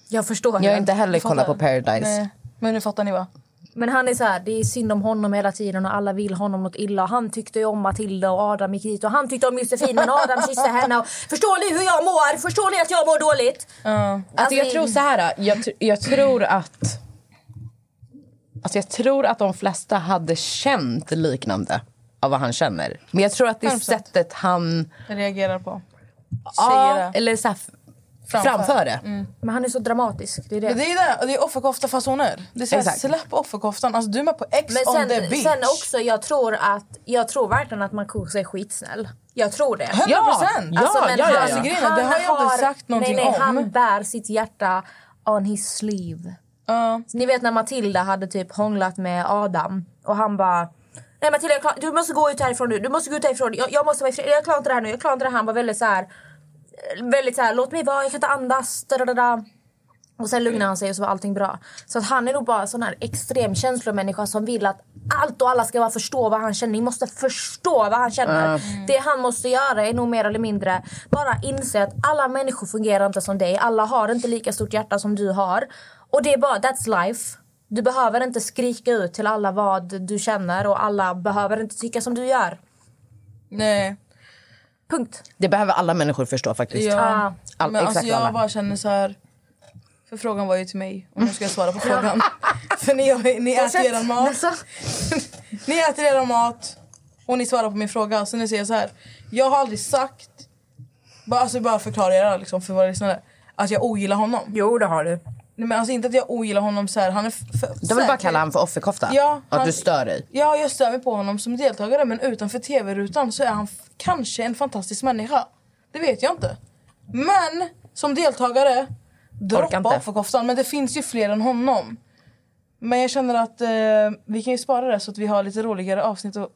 Jag förstår. jag har det. inte heller fattar. kollat på Paradise. Nej, men nu fattar ni va? Men han är så här, det är synd om honom hela tiden och alla vill honom något illa. Och Han tyckte ju om Matilda och Adam gick dit och han tyckte om Josefin men Adam kysste henne. Och, förstår ni hur jag mår? Förstår ni att jag mår dåligt? Ja. Alltså, jag tror så här, jag, tr- jag tror att... Alltså jag tror att de flesta hade känt liknande av vad han känner. Men jag tror att det är 100%. sättet han... Jag reagerar på. Säger Ja, det. eller så här, f- Framför. framför. det. Men han är så dramatisk. Det är det. Men det är det, och det är offerkofta-fasoner. Det är så här, Exakt. släpp offerkoftan. Alltså du är med på Ex Men on the sen, beach. sen också, jag tror, att, jag tror verkligen att Markoolio är skitsnäll. Jag tror det. 100%! Ja, Alltså, men ja, ja, han- ja. Alltså, Grejen är, det har jag inte sagt någonting nej, nej, om. Han bär sitt hjärta on his sleeve. Ja. Ni vet när Matilda hade typ hånglat med Adam och han bara Nej Matilda, jag klar, du måste gå ut härifrån nu. Du måste gå ut härifrån. Jag, jag måste vara ifri- Jag klarar inte det här nu. Jag klarar inte det här. Han var väldigt så här, eh, väldigt så här, låt mig vara, jag kan inte andas. Da, da, da, da. Och sen Mm. lugnade han sig och så var allting bra. Så att han är nog bara en sån här extrem känslomänniska som vill att allt och alla ska bara förstå vad han känner. Ni måste förstå vad han känner. Det han måste göra är nog mer eller mindre bara inse att alla människor fungerar inte som dig. Alla har inte lika stort hjärta som du har. Och det är bara, that's life. Du behöver inte skrika ut till alla vad du känner och alla behöver inte tycka som du gör. Nej. Punkt. Det behöver alla människor förstå faktiskt. Ja. Ah. All, men exakt alltså jag alla. bara känner så här. För frågan var ju till mig. Och nu ska jag svara på frågan. för ni, har- ni äter eran mat. Nästa. Ni äter eran mat. Och ni svarar på min fråga. Så nu säger jag så här. Jag har aldrig sagt. Bara, alltså bara förklara era liksom för våra lyssnare. Att jag ogillar honom. Jo, det har du. Nej, men alltså inte att jag ogillar honom så här. Han är f- för, De vill bara säker. kalla honom för offerkofta. Ja, och att han- du stör dig. Ja, jag stör mig på honom som deltagare men utanför tv-rutan så är han f- kanske en fantastisk människa. Det vet jag inte. Men som deltagare, Orkar droppa inte. offerkoftan. Men det finns ju fler än honom. Men jag känner att eh, vi kan ju spara det så att vi har lite roligare avsnitt att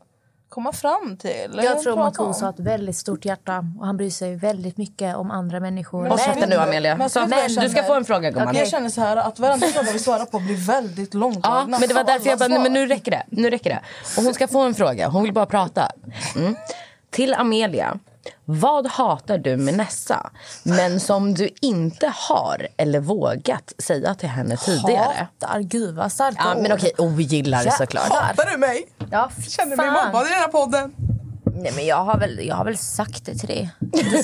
komma fram till. Jag tror Prata om. Markoolio har ett väldigt stort hjärta och han bryr sig väldigt mycket om andra människor. Men- Och käften nu Amelia. Men- Så, men- du ska få en fråga gumman. Jag känner så här att varenda fråga vi svarar på blir väldigt Ja, långdragna. men det var Så därför jag bara, alla nej, men svar. nu räcker det. Nu räcker det. Och hon ska få en fråga. Hon vill bara prata. Mm. Till Amelia. Vad hatar du med Nessa, men som du inte har eller vågat säga till henne tidigare? Hatar, gud vad starka Ja, men ord. okej, ogillar det såklart. Hatar du mig? Ja, fy Känner mig fan. mobbad i den här podden. Nej, men jag, har väl, jag har väl sagt det till dig.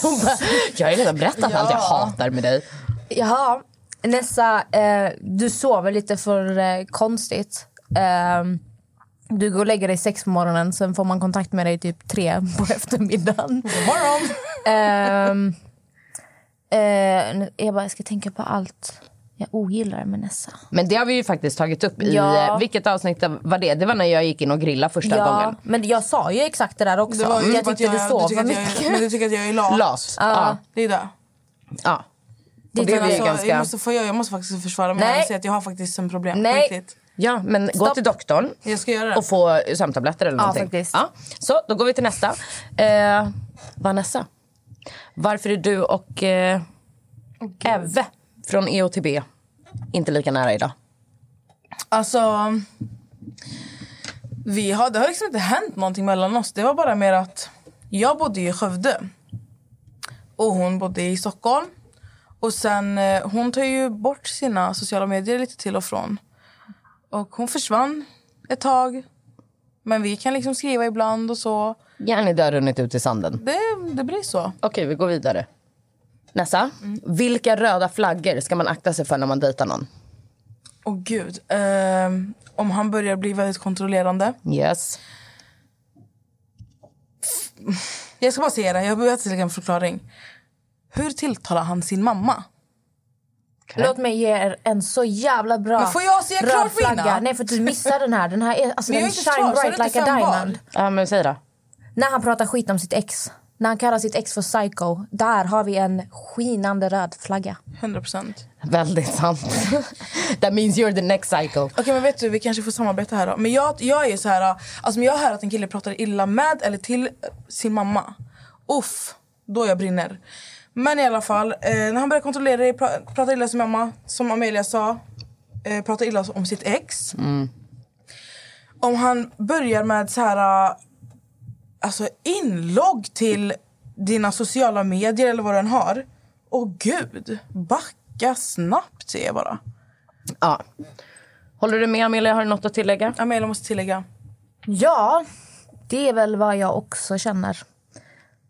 Hon bara, jag har ju redan berättat allt jag hatar med dig. Jaha. Nessa, eh, du sover lite för eh, konstigt. Eh, du går och lägger dig sex på morgonen, sen får man kontakt med dig typ tre på eftermiddagen. Morgon. Ehm, eh, jag bara, jag ska tänka på allt jag ogillar med Nessa. Men det har vi ju faktiskt tagit upp i... Ja. eh, Vilket avsnitt var det? Det var när jag gick in och grillade första gången. men jag sa ju exakt det där också. Det var ju jag bara att tyckte du sov tycker för att jag är- mycket. Men du tycker att jag är lat. Las. Ja. Det är det. ja. Det Och det är vi tycker Alltså, ju jag, ganska... måste få, jag måste faktiskt försvara mig Nej. och säga att jag har faktiskt en problem. Nej. Riktigt. Ja, men gå Stopp. till doktorn. Jag ska göra det. och få sömntabletter eller någonting. faktiskt. Ja. Så, då går vi till nästa. Eh, Vanessa, varför är du och eh, Eve från E EOTB inte lika nära idag? Alltså... Vi har, det har liksom inte hänt någonting mellan oss. Det var bara mer att jag bodde i Skövde och hon bodde i Stockholm. Och sen, eh, hon tar ju bort sina sociala medier lite till och från. Och hon försvann ett tag. Men vi kan liksom skriva ibland och så. Gärna dör runnit ut i sanden. Det, det blir så. Okej, vi går vidare. Nessa, Mm. vilka röda flaggor ska man akta sig för när man dejtar någon? Åh gud. Ehm, om han börjar bli väldigt kontrollerande. Yes. Jag ska bara säga det, jag behöver tillägga en förklaring. Hur tilltalar han sin mamma? Låt mig ge er en så jävla bra Men får jag säga röd klart mina? flagga. Nej, för att du missar den här. Den här är, alltså, Men jag den är inte shine klar, så bright är det like inte a fem val. diamond. Ja, men säg då. När han pratar skit om sitt ex. När han kallar sitt ex för psycho. Där har vi en skinande röd flagga. 100 procent. Väldigt sant. That means you're the next psycho. Okej men vet du, vi kanske får samarbeta här då. Men jag, jag är ju så här, alltså om jag hör att en kille pratar illa med eller till sin mamma. Uff, då jag brinner. Men i alla fall, eh, när han börjar kontrollera dig, pra, prata illa om sin mamma, som Amelia sa. Eh, prata illa om sitt ex. Om han börjar med så här, eh, alltså inlogg till dina sociala medier eller vad du än har. Åh gud, backa snabbt säger jag bara. Ja. Håller du med, Amelia? Har du något att tillägga? Amelia måste tillägga. Ja, det är väl vad jag också känner.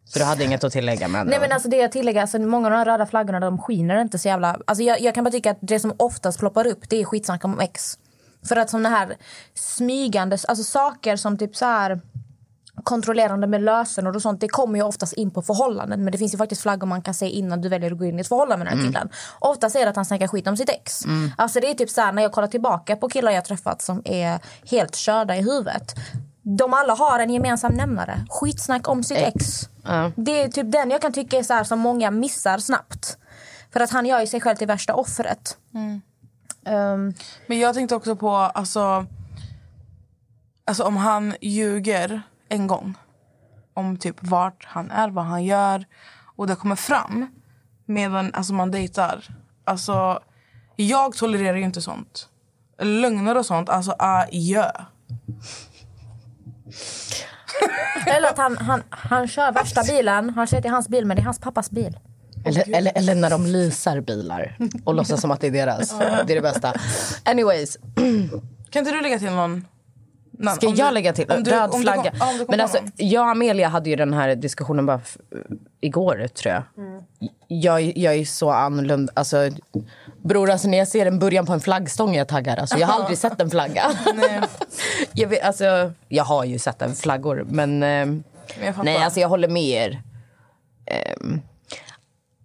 Så du hade inget att tillägga? Med Nej men alltså det jag tillägger, alltså många av de här röda flaggorna de skiner inte så jävla... Alltså jag, jag kan bara tycka att det som oftast ploppar upp det är skitsnack om ex. För att sådana här smygande, alltså saker som typ så här kontrollerande med lösenord och sånt, det kommer ju oftast in på förhållanden. Men det finns ju faktiskt flaggor man kan se innan du väljer att gå in i ett förhållande med den här Mm. killen. Oftast är det att han snackar skit om sitt ex. Alltså det är typ så här när jag kollar tillbaka på killar jag träffat som är helt körda i huvudet. De alla har en gemensam nämnare. Skitsnack om sitt ex. Ja. Det är typ den jag kan tycka är så här som många missar snabbt. För att han gör ju sig själv till värsta offret. Mm. Ehm, Men jag tänkte också på alltså, alltså om han ljuger en gång om typ vart han är, vad han gör och det kommer fram medan alltså, man dejtar. Alltså, jag tolererar ju inte sånt. Lögner och sånt, alltså adjö. eller att han, han, han kör värsta bilen, han säger att det är hans bil men det är hans pappas bil. Eller, eller, eller när de leasar bilar och låtsas som att det är deras. Det är det bästa. Anyways, Kan inte du lägga till någon? Nan, ska om du- jag lägga till? om du- Röd om du kom- flagga. ja, om du kom Men på alltså, någon. jag och Amelia hade ju den här diskussionen bara f- igår, tror jag. Mm. jag. Jag är så annorlunda. Alltså, bror, alltså, när jag ser en början på en flaggstång är jag taggar. Alltså, jag har aldrig sett en flagga. jag, vet, alltså, jag har ju sett en flaggor, men... ehm, Men jag fattar. Nej, alltså jag håller med er. Ehm,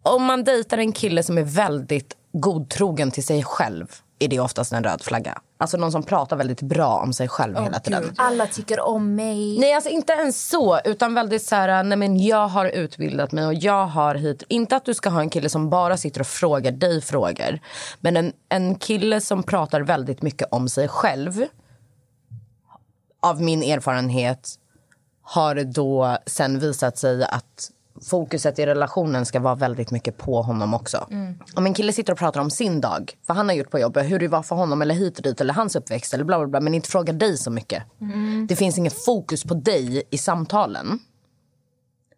om man dejtar en kille som är väldigt godtrogen till sig själv är det oftast en röd flagga. Alltså någon som pratar väldigt bra om sig själv hela tiden. Gud. Alla tycker om mig. Nej, alltså inte ens så. Utan väldigt så här, nej men jag har utbildat mig och jag har hit. Inte att du ska ha en kille som bara sitter och frågar dig frågor. Men en, en kille som pratar väldigt mycket om sig själv. Av min erfarenhet har då sen visat sig att fokuset i relationen ska vara väldigt mycket på honom också. Om en kille sitter och pratar om sin dag, vad han har gjort på jobbet, hur det var för honom eller hit och dit eller hans uppväxt eller bla bla bla men inte frågar dig så mycket. Det finns inget fokus på dig i samtalen.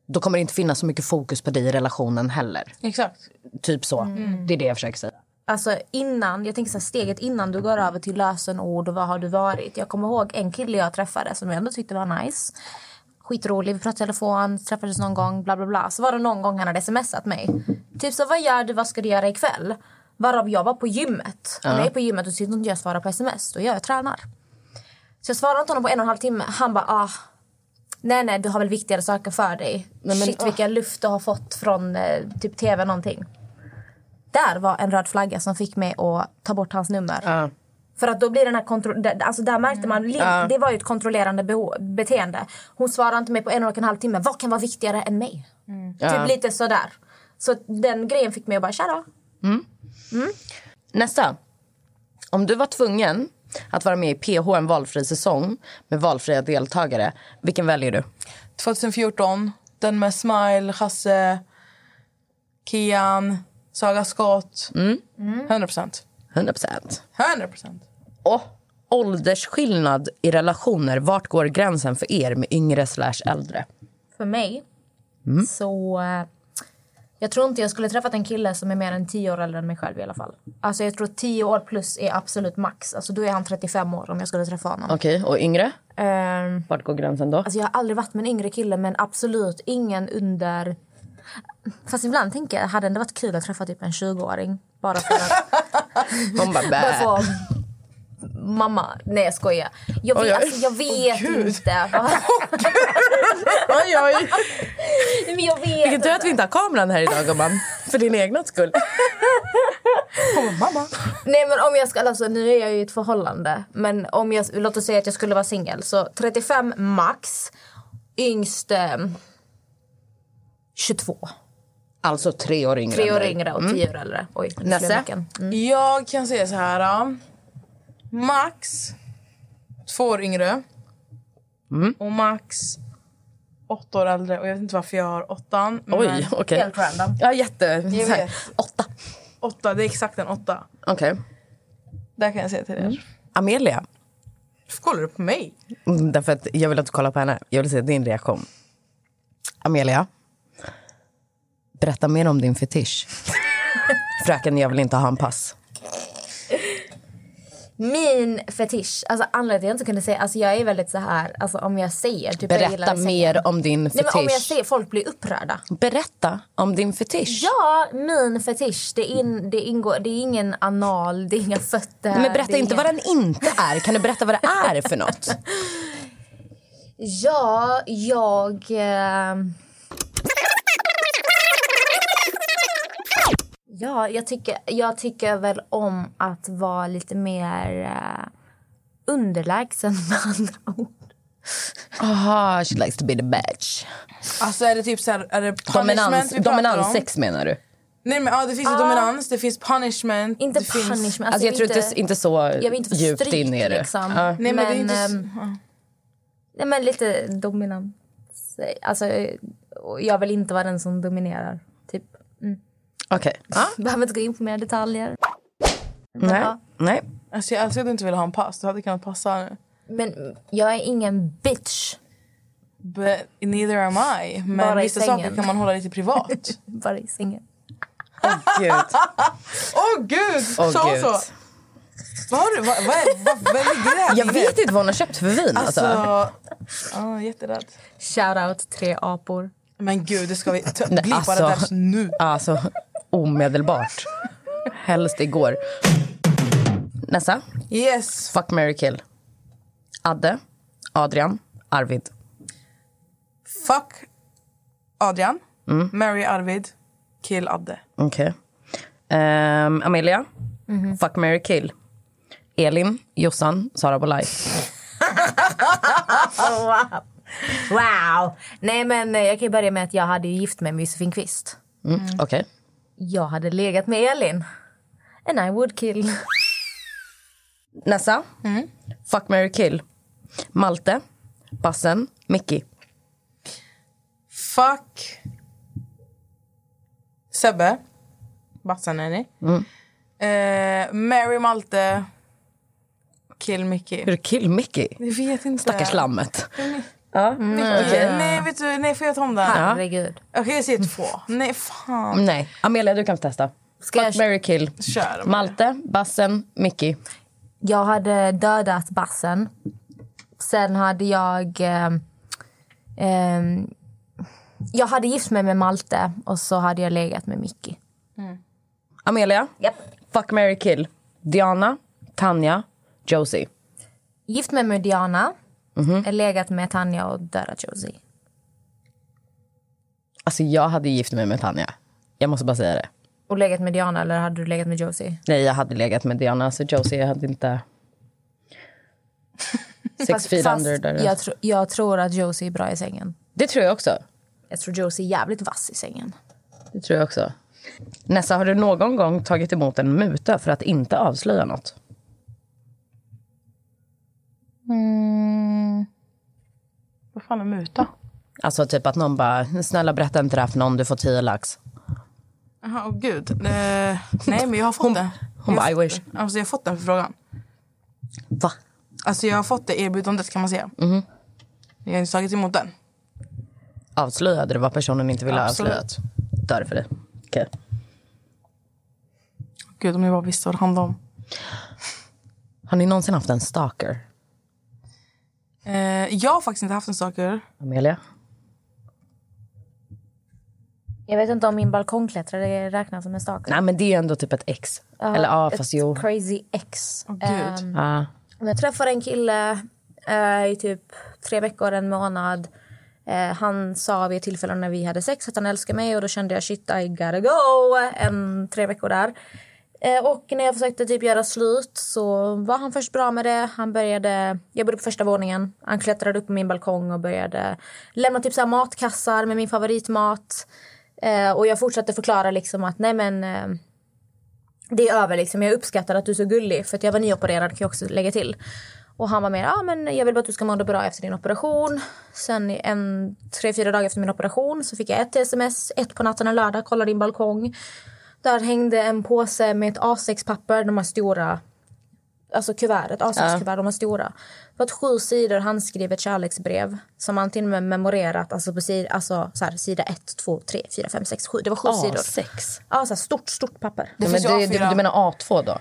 Då kommer det inte finnas så mycket fokus på dig i relationen heller. Exakt. Typ så. Det är det jag försöker säga. Alltså innan, jag tänker så här, steget innan du går över till lösenord och vad har du varit. Jag kommer ihåg en kille jag träffade som jag ändå tyckte var nice. Skitrolig, vi pratade i telefon, träffades någon gång, bla bla bla. Så var det någon gång han hade smsat mig. Typ så vad gör du, vad ska du göra ikväll? Varav jag var på gymmet. När jag är på gymmet och sitter inte jag och svarar på sms, då gör jag tränar. Så jag svarade inte honom på en och en halv timme. Han bara, ah, nej nej du har väl viktigare saker för dig. Shit vilken luft du har fått från eh, typ tv någonting där var en röd flagga som fick mig att ta bort hans nummer. Ja. För att då blir den här kontro- där- alltså där märkte man, Lin- det var ju ett kontrollerande beho- beteende. Hon svarade inte mig på en och en halv timme. Vad kan vara viktigare än mig? Mm. Ja. Typ lite sådär. Så den grejen fick mig att bara, tja då. Nästa. Om du var tvungen att vara med i PH en valfri säsong med valfria deltagare, vilken väljer du? 2014, den med Smile, Hasse, Kian, Saga Scott. Mm. 100 procent. 100 procent. 100 procent. Och åldersskillnad i relationer. Vart går gränsen för er med yngre slash äldre? För mig så... eh, Jag tror inte jag skulle träffat en kille som är mer än 10 år äldre än mig själv i alla fall. Alltså jag tror 10 år plus är absolut max. Alltså då är han 35 år om jag skulle träffa honom. Okej, och yngre? Ehm, Vart går gränsen då? Alltså jag har aldrig varit med en yngre kille men absolut ingen under... Fast ibland tänker jag, hade det ändå varit kul att träffa typ en 20-åring? Bara för att Hon bara, bara bä. få... Mamma, nej jag skojar. Jag vet, Oj, oj. alltså, jag vet Gud. inte. Oj, oj. Nej, men jag vet Vilken tur inte. att vi inte har kameran här idag, gumman. För din egna skull. Oh, mamma. Nej men om jag ska, alltså nu är jag ju i ett förhållande. Men om jag, låt oss säga att jag skulle vara singel. Så 35 max. Yngst eh, 22. Alltså tre år yngre. Tre än år dig. yngre och 10 år äldre. Oj, nu Nesse? slår jag micken. Jag kan säga så här. ja. Max två år yngre. Och max åtta år äldre. Och jag vet inte varför jag har åttan. men Oj, okej. Helt random. Ja, jätte... Jag så här, vet. Åtta. Åtta, det är exakt en åtta. Okej. Där kan jag säga till er. Amelia. Varför kollar du på mig? Mm, Därför att jag vill att du kollar på henne. Jag vill se din reaktion. Amelia, berätta mer om din fetisch. Fröken, jag vill inte ha en pass. Min fetisch, alltså anledningen till att jag inte kunde säga, alltså jag är väldigt så här, alltså om jag säger typ jag gillar Berätta att säga- mer om din Nej fetisch. men om jag säger, folk blir upprörda. Berätta om din fetisch. Ja, min fetisch, det, in, det ingår, det är ingen anal, det är inga fötter. Nej, men berätta det är inte ingen- vad den inte är. Kan du berätta vad det är för något? Ja, jag... Eh... Ja, jag tycker, jag tycker väl om att vara lite mer eh, underlägsen med andra ord. Aha, she likes to be the bitch. Alltså är det typ så här, är det punishment Dominans, vi pratar dominans om? sex menar Alltså, du? Nej men ja, det finns ju dominans, det finns punishment. Inte det punishment. Finns... Alltså, Alltså, jag vill tror inte, inte så jag vill inte få djupt stryk, in i det. Liksom. Ja. Nej men, det är inte... ehm, nej, men lite dominant. Alltså, eh, och jag vill inte vara den som dominerar. Typ. Okej. Ja. Behöver inte gå in på mer detaljer. Nej. ja. Nej. Alltså jag älskar att du inte vill ha en pass, du hade kunnat passa nu. Men jag är ingen bitch. But neither am I. Men Bara i vissa sängen. saker kan man hålla lite privat. Bara i sängen. Gud. Åh oh, gud! Åh, så gud. så. Vad har du? Vad, vad, är- vad, vad ligger det här Jag inne? vet inte vad hon har köpt för vin. Alltså. Alltså... Ja, jätterädd. Shoutout tre apor. Men gud, det ska vi ta- Nej, blippa alltså. det där nu. Alltså, omedelbart. Helst igår. Nessa, Yes. fuck, marry, kill. Adde, Adrian, Arvid. Fuck Adrian. Mm. Marry Arvid. Kill Adde. Okej. Ehm, Amelia, fuck, marry, kill. Elin, Jossan, Sara Bolaj. Wow! Nej men eh, jag kan ju börja med att jag hade ju gift mig med Josefin Kvist. Mm. Okej. Jag hade legat med Elin. And I would kill. Mm. Nessa, fuck, marry, kill. Malte, Bassen, Mickey. Fuck Sebbe. Bassan är ni. Mm. Eh, Mary Malte. Kill Mickey. Hur kill Mickey? Mm. Jag vet inte. Stackars Mm. lammet. Ja. Mickey. Nej, vet du, nej, får jag ta om den? Okej, Herregud. jag säger två. Nej, fan. Nej, Amelia du kan få testa. Ska Fuck, jag- Mary kill. Kör. Malte, Bassen, Mickey. Jag hade dödat bassen. Sen hade jag... ehm, ehm, jag hade gift mig med Malte och så hade jag legat med Mickey. Amelia, fuck, Mary kill. Diana, Tanja, Josie. Gift mig med Diana, Mhm. legat med Tanja och dödat Josie. Alltså jag hade gift mig med Tanja. Jag måste bara säga det. Och legat med Diana eller hade du legat med Josie? Nej, jag hade legat med Diana, så Josie jag hade inte... Six feet under. Där. jag, tro, jag tror att Josie är bra i sängen. Det tror jag också. Jag tror Josie är jävligt vass i sängen. Det tror jag också. Nessa, har du någon gång tagit emot en muta för att inte avslöja något? Vad fan är muta? Alltså typ att någon bara, snälla berätta inte det här för någon, du får tio lax. Jaha, åh gud. Eh, nej, men jag har fått den. hon Jag bara, har "I fått wish." den. Alltså, jag har fått den förfrågan. Va? Alltså, jag har fått det erbjudandet kan man säga. Jag har inte tagit emot den. Avslöjade det vad personen inte ville ha Absolut. avslöjat? Dör för dig. Okej. Gud, om ni bara visste vad det handlade om. Har ni någonsin haft en stalker? Eh, jag har faktiskt inte haft en saker. Amelia? Jag vet inte om min balkongklättrare räknas som en stalker. Nej men det är ju ändå typ ett ex. Eller ja, Ett fast jo. crazy ex. Åh, gud. Ehm, Ja. Men Jag träffade en kille eh, i typ tre veckor, en månad. Eh, han sa vid ett tillfälle när vi hade sex att han älskade mig och då kände jag shit, I gotta go. En tre veckor där. Eh, och när jag försökte typ göra slut så var han först bra med det. Han började, jag bodde på första våningen. Han klättrade upp på min balkong och började lämna typ så här matkassar med min favoritmat. Eh, och jag fortsatte förklara liksom att nej men eh, det är över liksom. Jag uppskattar att du är så gullig för att jag var nyopererad kan jag också lägga till. Och han var mer, ja ah, men jag vill bara att du ska må bra efter din operation. Sen en, tre, fyra dagar efter min operation så fick jag ett sms, ett på natten en lördag, kolla din balkong. Där hängde en påse med ett A6-papper, de här stora, alltså kuvertet, A6-kuvert, de här stora. Det var ett sju sidor handskrivet kärleksbrev som han till och med memorerat, alltså på sida, alltså så här, sida 1, 2, 3, 4, 5, 6, 7. Det var sju sidor. sex. Ja, så här, stort, stort papper. Nej, men finns ju du, du, A4. du menar A2 då?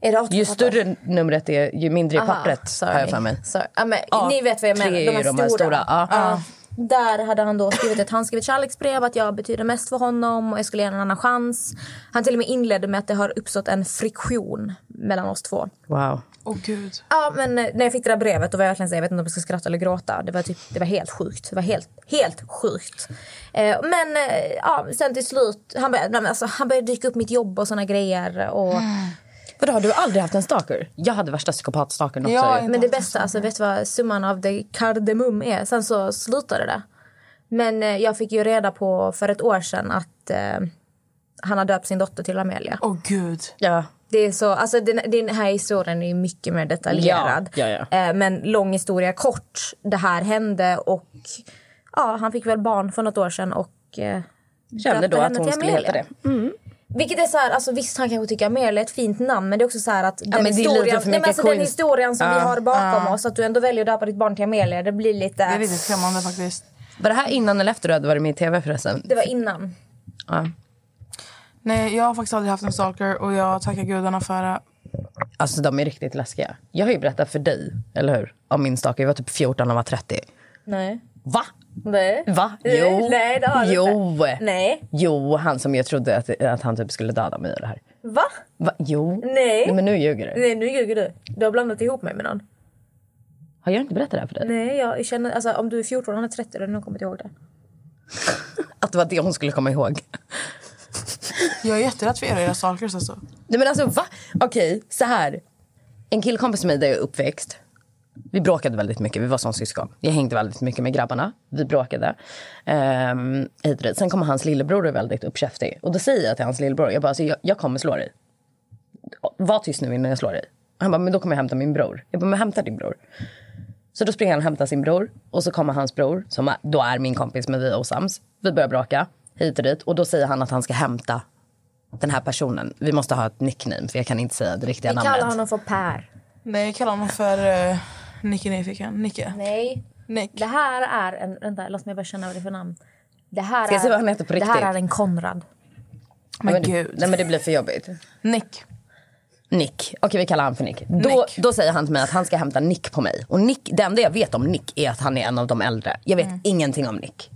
Är det åtta Ju papper? större numret är, ju mindre är Aha, pappret. sorry. Har jag för mig. Sorry. Ja, men, Ja, ni vet vad jag tre menar. De är här de här stora. stora, ja. Ja. Där hade han då skrivit ett handskrivet kärleksbrev att jag betyder mest för honom och jag skulle ge honom en annan chans. Han till och med inledde med att det har uppstått en friktion mellan oss två. Wow. Åh, gud. Ja, men eh, när jag fick det där brevet då var jag verkligen så här, jag vet inte om jag ska skratta eller gråta. Det var, typ, det var helt sjukt. Det var helt, helt sjukt. Eh, men eh, ja, sen till slut, han började, nej, men alltså, han började dyka upp mitt jobb och såna grejer. Och, Vadå, har du aldrig haft en stalker? Jag hade värsta psykopatstalkern också. Ja, ju. Men det bästa, alltså, vet du vad summan av det kardemum är? Sen så slutade det. Men eh, jag fick ju reda på för ett år sedan att eh, han har döpt sin dotter till Amelia. Åh, gud. ja. Det är så, alltså den, den här historien är mycket mer detaljerad. Ja, ja, Eh, men lång historia kort, det här hände och ja, han fick väl barn för något år sedan och eh, Kände döpte då att henne hon till skulle heta Amelia. det. Vilket är så här, alltså visst han kanske tycker Amelia är ett fint namn men det är också så här att den, men det är lite historien, för mycket nej, men alltså den queens. historien som vi Ja, har bakom oss, att du ändå väljer att döpa ditt barn till Amelia, det blir lite... Det är lite skrämmande faktiskt. Var det här innan eller efter du hade varit med i tv förresten? Det var innan. Ja. Nej, jag har faktiskt aldrig haft en stalker och jag tackar gudarna för det. Alltså de är riktigt läskiga. Jag har ju berättat för dig, eller hur? Om min stalker. Jag var typ 14 och var 30. Nej. Va? Nej. Va? Nej, Jo. Eh, nej, det har du jo. inte. Nej. Jo, han som jag trodde att, att han typ skulle döda mig och det här. Va? Va? Jo. Nej. Men nu ljuger du. Nej, nu ljuger du. Du har blandat ihop mig med någon. Har jag inte berättat det här för dig? Nej, jag känner... Alltså om du är 14 och han är 30, då har du nog kommit ihåg det. Att det var det hon skulle komma ihåg. Jag är jätterädd för er och era stalkers alltså. Nej men alltså va? Okej, så här. En killkompis med mig där jag är uppväxt. Vi bråkade väldigt mycket, vi var som syskon. Jag hängde väldigt mycket med grabbarna. Vi bråkade. Ehm, hit och dit. Sen kommer hans lillebror och är väldigt uppkäftig. Och då säger jag till hans lillebror, jag bara, alltså, jag, jag kommer slå dig. Var tyst nu innan jag slår dig. Han bara, men då kommer jag hämta min bror. Jag bara, men hämta din bror. Så då springer han och hämtar sin bror och så kommer hans bror, som då är min kompis men vi är osams. Vi börjar bråka hit och dit och då säger han att han ska hämta den här personen. Vi måste ha ett nickname för jag kan inte säga det riktiga Vi kallar namnet. honom för Per. Nej, jag kallar honom för uh, Nicke Nyfiken. Nicke. Nej. Nick. Det här är en... Vänta, låt mig bara känna vad det är för namn. Det här Ska jag är, se vad han heter på Det riktigt? här är en Konrad. Men, Men- gud. Nej men det blir för jobbigt. Nick. Nick. Okej, vi kallar han för Nick. Då, Nick. då säger han till mig att han ska hämta Nick på mig. Och Nick, det enda jag vet om Nick är att han är en av de äldre. Jag vet ingenting om Nick.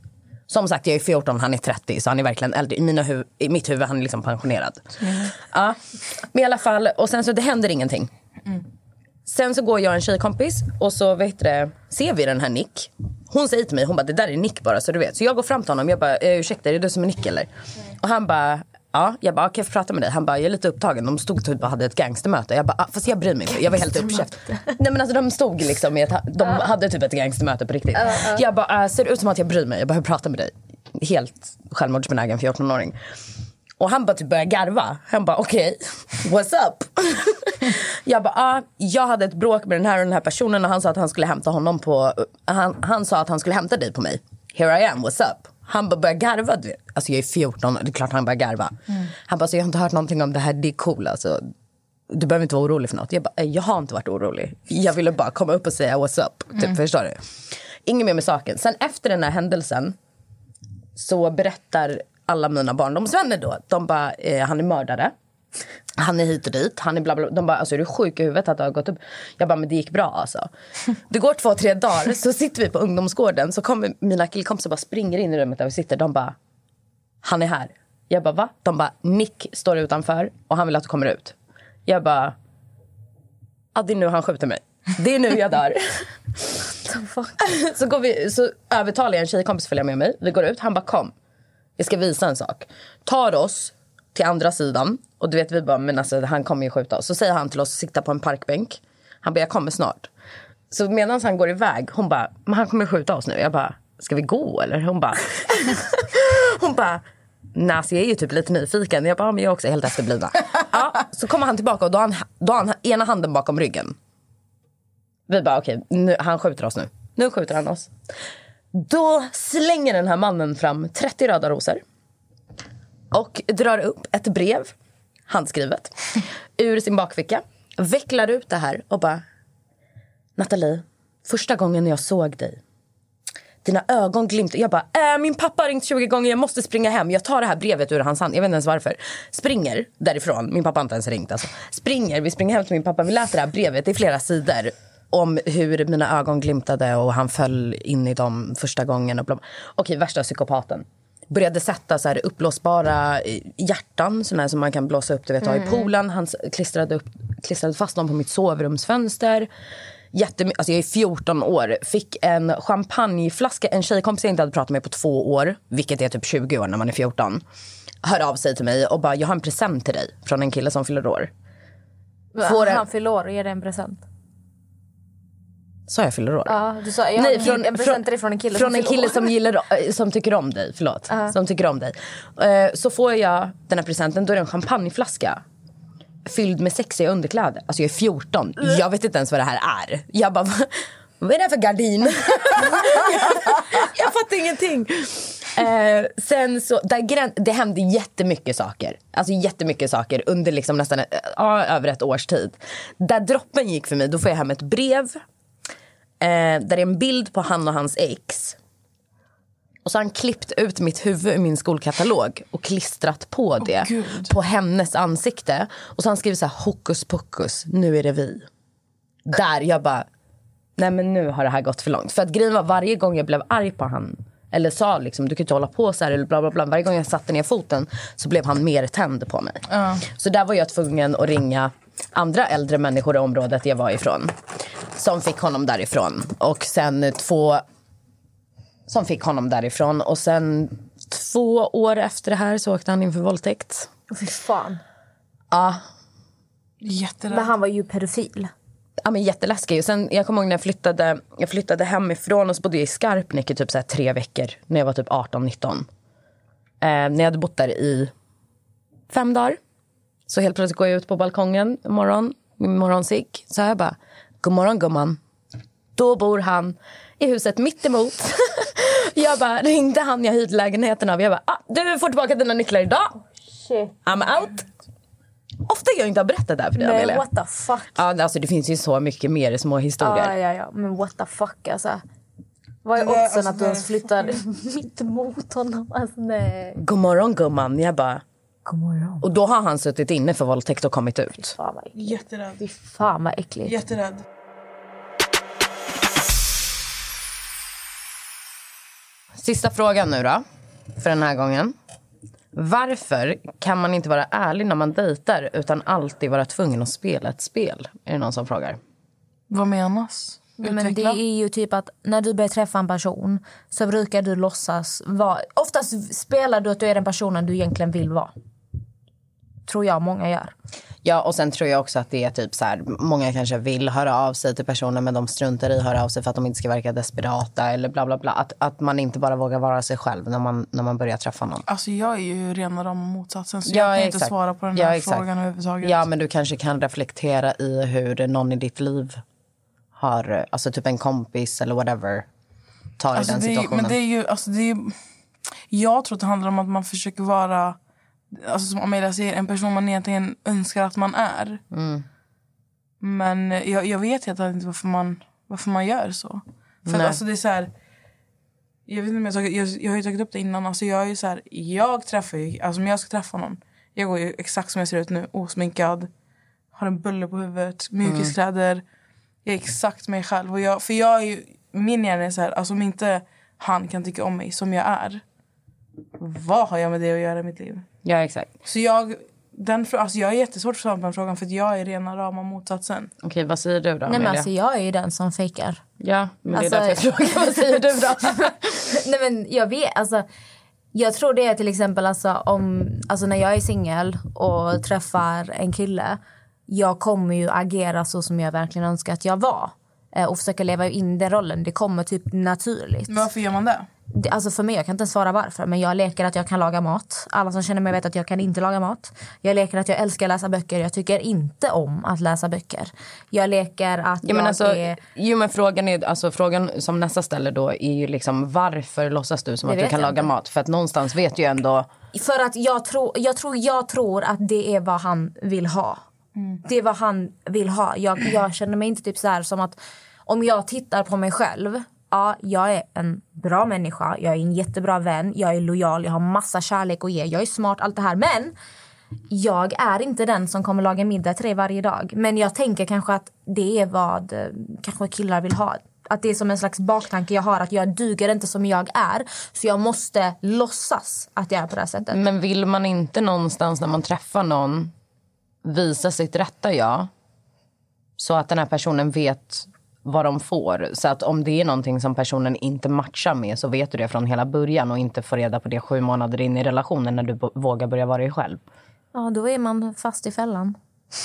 Som sagt, jag är 14, han är 30, så han är verkligen äldre. I, mina hu- i mitt huvud han är liksom pensionerad. Ja. Men i alla fall, och sen så det händer ingenting. Sen så går jag och en tjejkompis och så vet du, det, ser vi den här Nick. Hon säger till mig, hon bara det där är Nick bara så du vet. Så jag går fram till honom, jag bara eh, ursäkta är det du som är Nick eller? Och han bara ja, jag bara kan jag få prata med dig? Han bara jag är lite upptagen, de stod typ och hade ett gangstermöte. Jag bara ah, fast jag bryr mig inte, jag var helt uppkäft. Nej men alltså de stod liksom i ett, de hade typ ett gangstermöte på riktigt. Jag bara ah, ser det ut som att jag bryr mig? Jag behöver prata med dig. Helt självmordsbenägen 14-åring. Och han bara typ började garva. Han bara okej, what's up? jag bara ah, jag hade ett bråk med den här och den här personen och han sa att han skulle hämta honom på, han, han sa att han skulle hämta dig på mig. Here I am, what's up? Han bara började garva. du vet. Alltså jag är 14, det är klart han börjar garva. Han bara så jag har inte hört någonting om det här, det är cool alltså. Du behöver inte vara orolig för något. Jag bara, eh, jag har inte varit orolig. Jag ville bara komma upp och säga what's up. Typ, Förstår du? Inget mer med saken. Sen efter den här händelsen så berättar alla mina barndomsvänner då. De bara, eh, han är mördare. Han är hit och dit. Han är bla bla. De bara, alltså är du sjuk i huvudet att det har gått upp? Jag bara, men det gick bra alltså. Det går två, tre dagar så sitter vi på ungdomsgården. Så kommer mina killkompisar bara springer in i rummet där vi sitter. De bara, han är här. Jag bara, va? De bara, Nick står utanför och han vill att du kommer ut. Jag bara, ja det är nu han skjuter mig. Det är nu jag dör. så, går vi, så övertalar jag en tjejkompis att följa med mig. Vi går ut, han bara kom. Jag ska visa en sak. Tar oss till andra sidan. Och du vet vi bara, men alltså han kommer ju skjuta oss. Så säger han till oss att sitta på en parkbänk. Han bara, jag kommer snart. Så medan han går iväg, hon bara, men han kommer skjuta oss nu. Jag bara, ska vi gå eller? Hon bara, hon bara, nej alltså jag är ju typ lite nyfiken. Jag bara, men jag är också helt efterblivna. Ja, så kommer han tillbaka och då har han, då har han ena handen bakom ryggen. Vi bara okej, nu- han skjuter oss nu. Nu skjuter han oss. Då slänger den här mannen fram 30 röda rosor och drar upp ett brev, handskrivet, ur sin bakficka. Vecklar ut det här och bara... Nathalie, första gången jag såg dig dina ögon glimtade. Jag bara, äh, min pappa har ringt 20 gånger, jag måste springa hem. Jag tar det här brevet ur hans hand, jag vet inte ens varför. Springer därifrån, min pappa har inte ens ringt alltså. Springer, vi springer hem till min pappa, vi läser det här brevet, det är flera sidor. Om hur mina ögon glimtade och han föll in i dem första gången. Och bla bla. Okej, värsta psykopaten. Började sätta så här uppblåsbara eh, hjärtan såna här som man kan blåsa upp du vet, ha i poolen. Han s- klistrade, upp, klistrade fast dem på mitt sovrumsfönster jättemy- alltså jag är 14 år, fick en champagneflaska. En tjejkompis jag inte hade pratat med på två år, vilket är typ 20 år när man är 14, hör av sig till mig och bara “jag har en present till dig” från en kille som fyller år. Får en- Han fyller år och ger dig en present. Så jag fyller år? Ja, du sa, jag Nej, från, en present till dig från en kille från en fyller kille år. som, gillar, eh, som tycker om dig. Förlåt. Som tycker om dig. Eh, Så får jag den här presenten, då är det en champagneflaska. Fylld med sexiga underkläder. Alltså jag är 14, Mm. jag vet inte ens vad det här är. Jag bara, "Va- vad är det här för gardin? jag fattar ingenting. Eh, sen så, där grän, det hände jättemycket saker. Alltså jättemycket saker under liksom nästan eh, ja, över ett års tid. Där droppen gick för mig, då får jag hem ett brev eh, där det är en bild på han och hans ex. Och så har han klippt ut mitt huvud ur min skolkatalog och klistrat på det Gud. på hennes ansikte. Och så har han skrivit så här hokus pokus, nu är det vi. Där jag bara, nej men nu har det här gått för långt. För att grejen var varje gång jag blev arg på han eller sa liksom du kan inte hålla på så här eller bla bla bla. Varje gång jag satte ner foten så blev han mer tänd på mig. Så där var jag tvungen att ringa andra äldre människor i området jag var ifrån. Som fick honom därifrån. Och sen två som fick honom därifrån. Och sen två år efter det här så åkte han in för våldtäkt. Fy fan. Ja, Men Jätterädd. han var ju pedofil. ja men jätteläskig. Och sen, jag kommer ihåg när jag flyttade, jag flyttade hemifrån och så bodde jag i Skarpnäck i typ så här tre veckor. När jag var typ 18-19. Eh, när jag hade bott där i fem dagar. Så helt plötsligt går jag ut på balkongen en morgon, min morgonsigg. Så här jag bara, god morgon gumman. Då bor han i huset mitt emot. Jag bara ringde han jag hyrt lägenheten av. Jag bara, ah, du får tillbaka dina nycklar idag. Shit. I'm out. Ofta jag inte har berättat det här för dig, Men Amelia. what the fuck. Ja, alltså, det finns ju så mycket mer små historier. Ja, ja, ja. Men what the fuck, alltså. Vad är Men det- oddsen alltså, att du det- ens flyttar mitt emot honom? Alltså, nej. God morgon, gumman. Jag bara... God morgon. Och då har han suttit inne för våldtäkt och kommit ut. Fan vad äckligt. Jätterädd. Fy fan vad äckligt. Jätterädd. Sista frågan nu då, för den här gången. Varför kan man inte vara ärlig när man dejtar utan alltid vara tvungen att spela ett spel? Är det någon som frågar? Vad menas? Nej, Men det Utveckla. är ju typ att när du börjar träffa en person så brukar du låtsas vara... Oftast spelar du att du är den personen du egentligen vill vara. Tror jag många gör. Ja, och sen tror jag också att det är typ så här, många kanske vill höra av sig till personer men de struntar i att höra av sig för att de inte ska verka desperata eller bla bla bla. Att, att man inte bara vågar vara sig själv när man, när man börjar träffa någon. Alltså jag är ju rena rama motsatsen så Ja, jag kan exakt. inte svara på den Ja, här exakt. frågan överhuvudtaget. Ja, men du kanske kan reflektera i hur någon i ditt liv har, alltså typ en kompis eller whatever, tar i alltså, den det, är- situationen. men det är ju, alltså det är, jag tror att det handlar om att man försöker vara, alltså som Amelia säger, en person man egentligen önskar att man är. Mm. Men jag, jag vet helt enkelt inte varför man, varför man gör så. För Nej. alltså det är så här, jag vet inte om jag, har tagit, jag, jag har ju tagit upp det innan, alltså jag är ju så här, jag träffar ju, alltså om jag ska träffa någon, jag går ju exakt som jag ser ut nu, osminkad, har en bulle på huvudet, Mm. mjukiskläder. Jag är exakt mig själv. Och jag, för jag är ju, min hjärna är så här, alltså om inte han kan tycka om mig som jag är, vad har jag med det att göra i mitt liv? Ja, exakt. Så jag, den, frå- alltså jag är jättesvårt att svara på den frågan för att jag är rena rama motsatsen. Okej, vad säger du då, Nej, men Amelia? alltså, jag är ju den som fejkar. Ja, men det är därför Alltså- jag frågar. Vad säger du då? Nej men jag vet, alltså. Jag tror det är till exempel alltså, om, alltså när jag är singel och träffar en kille. Jag kommer ju agera så som jag verkligen önskar att jag var. Eh, Och försöka leva in den rollen. Det kommer typ naturligt. Men varför gör man det? Det- Alltså för mig, jag kan inte ens svara varför. Men jag leker att jag kan laga mat. Alla som känner mig vet att jag kan inte laga mat. Jag leker att jag älskar att läsa böcker. Jag tycker inte om att läsa böcker. Jag leker att Ja, men jag alltså, är... jo, men frågan, är, alltså, frågan som nästa ställer då är ju liksom varför låtsas du som Det att du vet kan jag laga inte. mat? För att någonstans vet ju ändå... För att jag tror, jag tror, jag tror att det är vad han vill ha. Det är vad han vill ha. Jag, jag känner mig inte typ så här som att om jag tittar på mig själv. Ja, jag är en bra människa. Jag är en jättebra vän. Jag är lojal. Jag har massa kärlek att ge. Jag är smart, allt det här. Men jag är inte den som kommer laga middag till dig varje dag. Men jag tänker kanske att det är vad eh, kanske killar vill ha. Att det är som en slags baktanke jag har att jag duger inte som jag är så jag måste låtsas att jag är på det här sättet. Men vill man inte någonstans när man träffar någon visa sitt rätta jag så att den här personen vet vad de får? Så att om det är någonting som personen inte matchar med så vet du det från hela början och inte får reda på det sju månader in i relationen när du bo- vågar börja vara dig själv. Ja, då är man fast i fällan.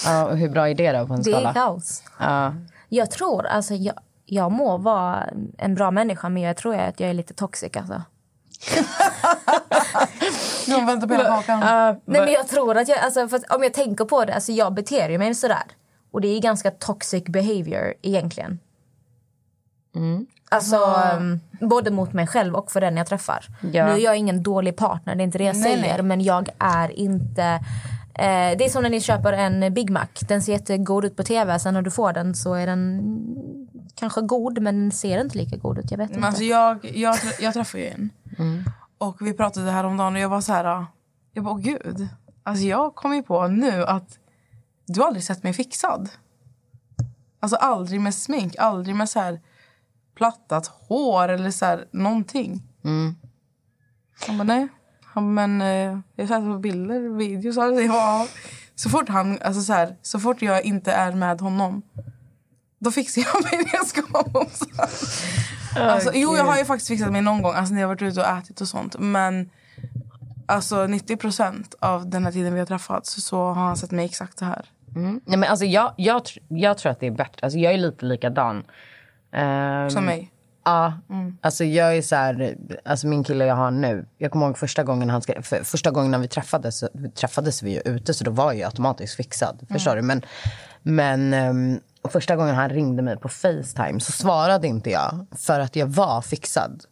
Ja, hur bra är det då på en Det är skala? kaos. Ja. Jag tror, alltså jag, jag må vara en bra människa men jag tror att jag är lite toxic alltså. Jag väntar på hela kakan. Nej men jag tror att jag, alltså, för att om jag tänker på det, alltså jag beter ju mig sådär. Och det är ganska toxic behavior egentligen. Alltså ehm, både mot mig själv och för den jag träffar. Ja. Nu är jag ingen dålig partner, det är inte det jag säger. Men jag är inte... Eh, det är som när ni köper en Big Mac. Den ser jättegod ut på tv, sen när du får den så är den kanske god men den ser inte lika god ut. Jag vet Men inte. Mm. alltså jag, jag, trä- jag träffade ju en. Och vi pratade häromdagen och jag var så här... ah, Jag bara, åh gud. Alltså jag kom ju på nu att du har aldrig sett mig fixad. Alltså aldrig med smink, aldrig med så här plattat hår eller så här någonting. Mm. Han bara, nej. Han bara, men eh, jag har sett på bilder, videos. Alltså, ja. Så fort han, alltså så här, så fort jag inte är med honom då fixar jag mig när jag ska vara mosad. Alltså, jo, jag har ju faktiskt fixat mig någon gång alltså, när jag varit ute och ätit och sånt. Men alltså, 90 av den här tiden vi har träffats så har han sett mig exakt så här. Mm. Nej, men alltså jag, jag, tr- jag tror att det är bättre. Alltså jag är lite likadan. Ehm, Som mig. Mm. Ja. Alltså jag är så här, alltså min kille jag har nu. Jag kommer ihåg första gången, han ska, för, första gången när vi träffades, Mm. så- träffades vi ju ute så då var jag ju automatiskt fixad. Förstår du? Men, men ehm, Första gången han ringde mig på Facetime så svarade inte jag för att jag var fixad.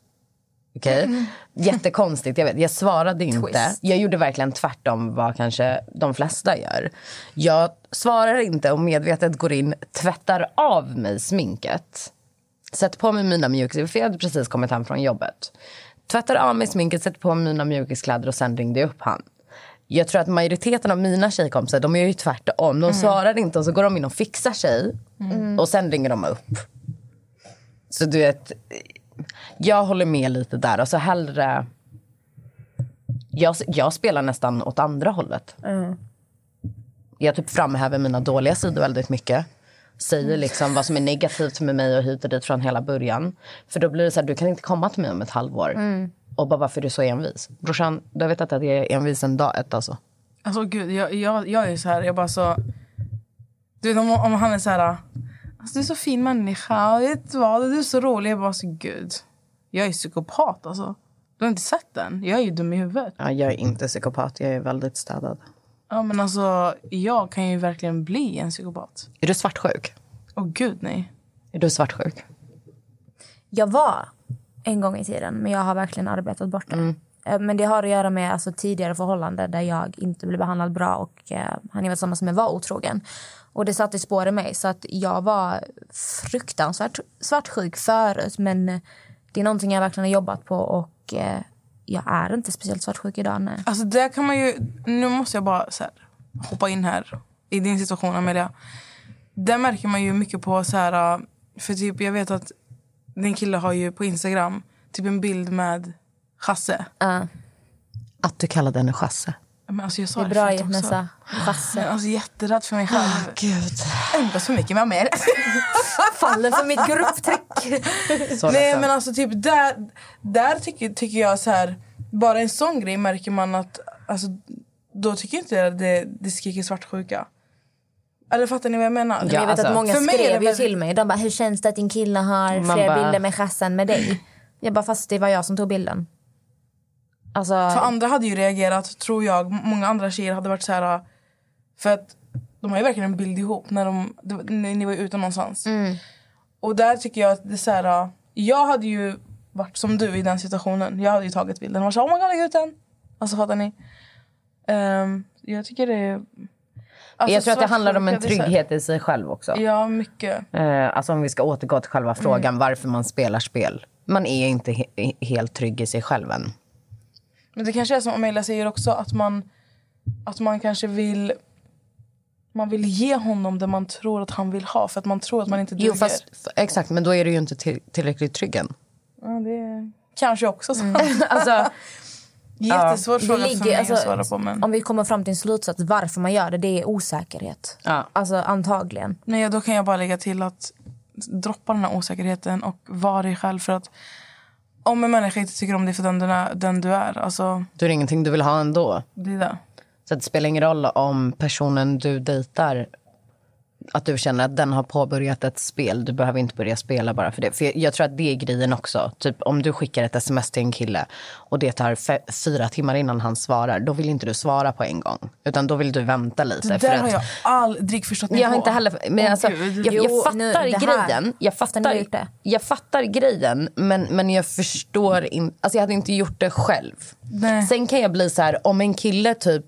Okej? Jättekonstigt, jag vet. Jag svarade inte. Twist. Jag gjorde verkligen tvärtom vad kanske de flesta gör. Jag svarar inte och medvetet går in, tvättar av mig sminket. Sätter på mig mina mjukisar, för jag hade precis kommit hem från jobbet. Tvättar av mig sminket, sätter på mig mina mjukiskläder och sen ringde jag upp han. Jag tror att majoriteten av mina tjejkompisar de är ju tvärtom. De svarar inte och så går de in och fixar sig och sen ringer de upp. Så du vet, jag håller med lite där. Alltså hellre... Jag, jag spelar nästan åt andra hållet. Mm. Jag typ framhäver mina dåliga sidor väldigt mycket. Mm. Säger liksom vad som är negativt med mig och hit och dit från hela början. För då blir det så här, du kan inte komma till mig om ett halvår. Mm. Och bara, varför är du så envis? Brorsan, du har vetat att jag är envis en dag ett alltså. Alltså gud, jag, jag, jag är så här, jag bara så... Du vet om, om han är så här... Alltså du är så fin människa, och vet du vad, du är så rolig. Jag bara så gud, jag är psykopat alltså. Du har inte sett den, jag är ju dum i huvudet. Ja, jag är inte psykopat, jag är väldigt städad. Ja men alltså, jag kan ju verkligen bli en psykopat. Är du svartsjuk? Åh gud nej. Är du svartsjuk? Jag var en gång i tiden, men jag har verkligen arbetat bort det. Eh, Men det har att göra med alltså, tidigare förhållanden där jag inte blev behandlad bra och eh, han jag var tillsammans med var otrogen. Och det satte spår i mig så att jag var fruktansvärt svartsjuk förut men eh, det är någonting jag verkligen har jobbat på och eh, jag är inte speciellt svartsjuk idag. Nej. Alltså där kan man ju... Nu måste jag bara så här, hoppa in här i din situation, Amelia. Där märker man ju mycket på så här... För typ, jag vet att din kille har ju på Instagram typ en bild med Chasse. Att du kallade henne chasse. Men alltså jag sa Det är det, bra förut också. Nessa. Chasse. Men alltså jätterädd för mig själv. Ah. Gud. Umgås för mycket med Amel. Faller för mitt grupptryck. Så Nej ledsen. men alltså typ där, där tycker, tycker jag så här. Bara en sån grej märker man att alltså, då tycker inte jag det, det skriker svartsjuka. Eller fattar ni vad jag menar? Ja, jag vet alltså, att många för mig är skrev det ju väl- till mig. De bara, hur känns det att din kille har Man fler bara- bilder med chassen med dig? Jag bara, fast det var jag som tog bilden. Alltså, För andra hade ju reagerat, tror jag. Många andra tjejer hade varit så här... äh, För att de har ju verkligen en bild ihop när, de, det var- när ni var ute någonstans. Mm. Och där tycker jag att det är så här... äh, Jag hade ju varit som du i den situationen. Jag hade ju tagit bilden och varit så här, oh my god, lägg ut den. Alltså fattar ni? Ehm, jag tycker det är... Alltså, jag tror att det handlar om en svartsjuka, det är så här- trygghet i sig själv också. Ja, Mm. mycket. Eh, alltså om vi ska återgå till själva frågan varför man spelar spel. Man är inte he- he- helt trygg i sig själv än. Men det kanske är som Amelia säger också, att man, att man kanske vill... Man vill ge honom det man tror att han vill ha för att man tror att man inte duger. Jo, fast, f- exakt, men då är du ju inte till, tillräckligt trygg än. Ja, det är kanske också så. Alltså, Jättesvår det fråga för mig ligger, att alltså, svara på. Men, Om vi kommer fram till en slutsats varför man gör det, det är osäkerhet. Ja. Alltså antagligen. men ja, då kan jag bara lägga till att droppa den här osäkerheten och vara dig själv. För att om en människa inte tycker om dig för den du är, den du är alltså, då är det ingenting du vill ha ändå. det är det. Så det spelar ingen roll om personen du dejtar att du känner att den har påbörjat ett spel. Du behöver inte börja spela bara för det. För jag, jag tror att det är grejen också. Typ om du skickar ett sms till en kille och det tar fe- fyra timmar innan han svarar, då vill inte du svara på en gång. Utan då vill du vänta lite. Det för där att, har jag aldrig förstått mig Jag har på. inte heller... Men Åh, alltså, Gud. jag, Jo, jag nu, fattar det här. grejen. Jag Fattar ni vad jag fattar, gjort det? jag fattar grejen, men, men jag förstår inte... Alltså jag hade inte gjort det själv. Nej. Sen kan jag bli så här, om en kille typ...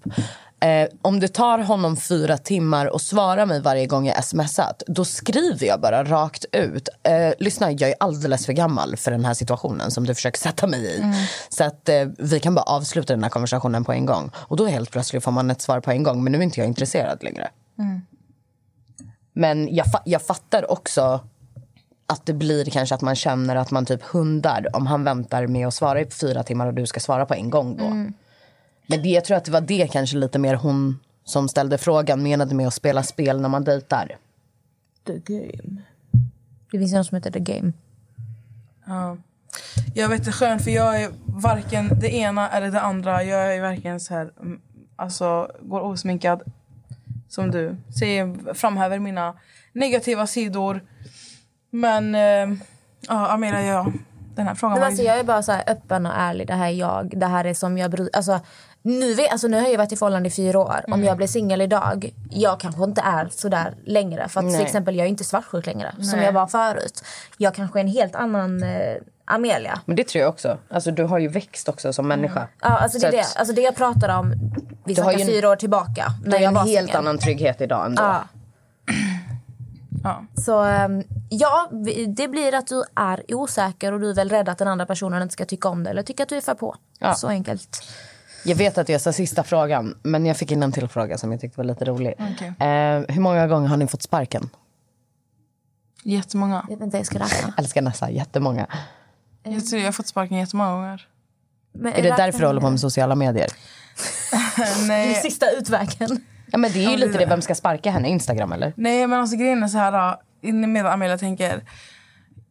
Eh, om det tar honom fyra timmar och svarar mig varje gång jag smsat då skriver jag bara rakt ut. Eh, lyssna, jag är alldeles för gammal för den här situationen som du försöker sätta mig Mm. i. Så att eh, vi kan bara avsluta den här konversationen på en gång. Och då helt plötsligt får man ett svar på en gång, men nu är inte jag intresserad längre. Men jag, fa- jag fattar också att det blir kanske att man känner att man typ hundar om han väntar med att svara i fyra timmar och du ska svara på en gång då. Mm. Men det, jag tror att det var det kanske lite mer hon som ställde frågan menade med att spela spel när man dejtar. Det finns ju något som heter The Game. Jag vet inte skön för jag är varken det ena eller det andra. Jag är verkligen så här, mm, alltså går osminkad som du. Säger, framhäver mina negativa sidor. Men eh, ja, Amelia, ja. Den här frågan Men var alltså, ju... jag är bara så här öppen och ärlig. Det här är jag. Det här är som jag bryr alltså, Nu, vet- alltså, nu har jag varit i förhållande i fyra år. Mm. Om jag blir singel idag, jag kanske inte är så där längre. För att till Nej. exempel, jag är inte svartsjuk längre, som jag var förut. Jag kanske är en helt annan eh, Amelia. Men det tror jag också. Alltså, du har ju växt också som människa. Ja, alltså, det, är Så det, att alltså, det jag pratar om, vi har snackar ju en- fyra år tillbaka. Det När är jag en var helt singel. annan trygghet idag ändå. Ja. Ja. Så ehm, ja, vi- det blir att du är osäker och du är väl rädd att den andra personen inte ska tycka om dig eller tycka att du är för på. Ja. Så enkelt. Jag vet att jag sa sista frågan, men jag fick in en till fråga som jag tyckte var lite rolig. Okej. Eh, hur många gånger har ni fått sparken? Jättemånga. Jag vet inte, jag ska räkna. Älskar Nessa, jättemånga. Eh. Jag, tror jag har fått sparken jättemånga gånger. Men, Är det därför du håller på med sociala medier? Det är Nej, sista utvägen. Ja, men det är ju det är lite det, det. vem ska sparka henne? Instagram eller? nej men alltså grejen är så här då, inne medan Amelia tänker.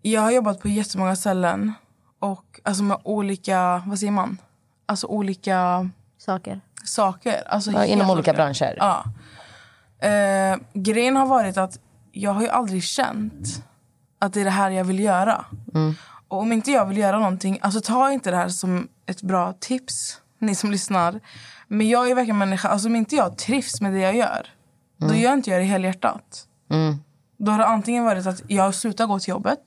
Jag har jobbat på jättemånga ställen och alltså med olika, vad säger man? Alltså olika Saker. saker. Alltså Ja, inom helt olika branscher. Ja. Eh, grejen har varit att jag har ju aldrig känt att det är det här jag vill göra. Mm. Och om inte jag vill göra någonting, alltså ta inte det här som ett bra tips, ni som lyssnar. Men jag är verkligen människa, alltså om inte jag trivs med det jag gör, då gör inte jag det helhjärtat. Mm. Då har det antingen varit att jag slutar gå till jobbet,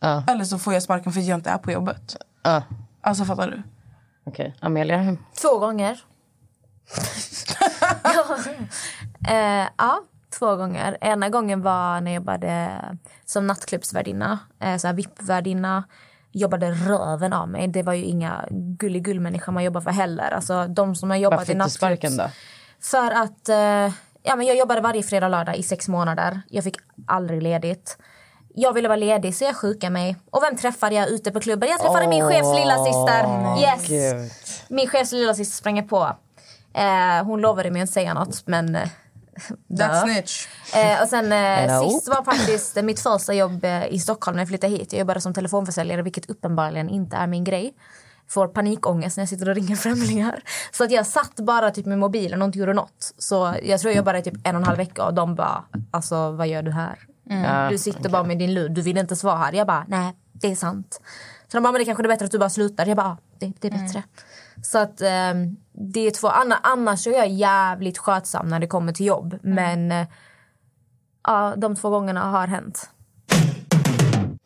Ja. eller så får jag sparken för att jag inte är på jobbet. Ah, Alltså fattar du? Okej. Amelia? Två gånger. eh, ja, två gånger. Ena gången var när jag jobbade som nattklubbsvärdinna, eh, så här VIP-värdinna. Jobbade röven av mig. Det var ju inga gulligull-människor man jobbar för heller. Alltså, de som har jobbat Varför fick i du nattklubbs... sparken då? För att eh, ja, men jag jobbade varje fredag och lördag i sex månader. Jag fick aldrig ledigt. Jag ville vara ledig så jag sjukade mig. Och vem träffade jag ute på klubben? Jag träffade min chefs lilla syster. Yes. Gud. Min chefs lilla syster sprang på. Eh, hon lovade mig att inte säga något men... eh, That's dö. snitch. Eh, och sen eh, Hello. sist var faktiskt eh, mitt första jobb eh, i Stockholm när jag flyttade hit. Jag jobbade som telefonförsäljare vilket uppenbarligen inte är min grej. Får panikångest när jag sitter och ringer främlingar. Så att jag satt bara typ med mobilen och inte gjorde något. Så jag tror jag jobbade i typ en och en halv vecka och de bara alltså vad gör du här? Ja, Du sitter bara med din lur, du vill inte svara här. Jag bara nej det är sant. Så de bara men det kanske är bättre att du bara slutar. Jag bara "Ja, det, det är bättre. Så att ehm, det är två, anna- annars är jag jävligt skötsam när det kommer till jobb. Men eh, Ja, de två gångerna har hänt.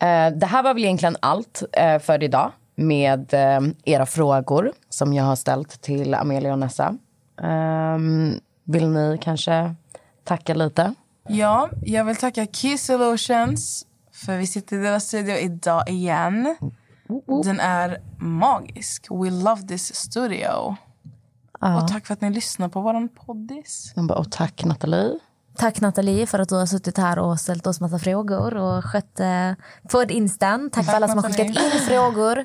Eh, det här var väl egentligen allt eh, för idag med eh, era frågor som jag har ställt till Amelia och Nessa. Ehm, vill ni kanske tacka lite? Ja, jag vill tacka Key Solutions för vi sitter i deras studio idag igen. Den är magisk. We love this studio. Och tack för att ni lyssnar på våran poddis. De bara, och tack Nathalie. Tack Nathalie för att du har suttit här och ställt oss massa frågor och skött eh, podd instan. Tack för alla som har skickat Nathalie. Ah, in frågor.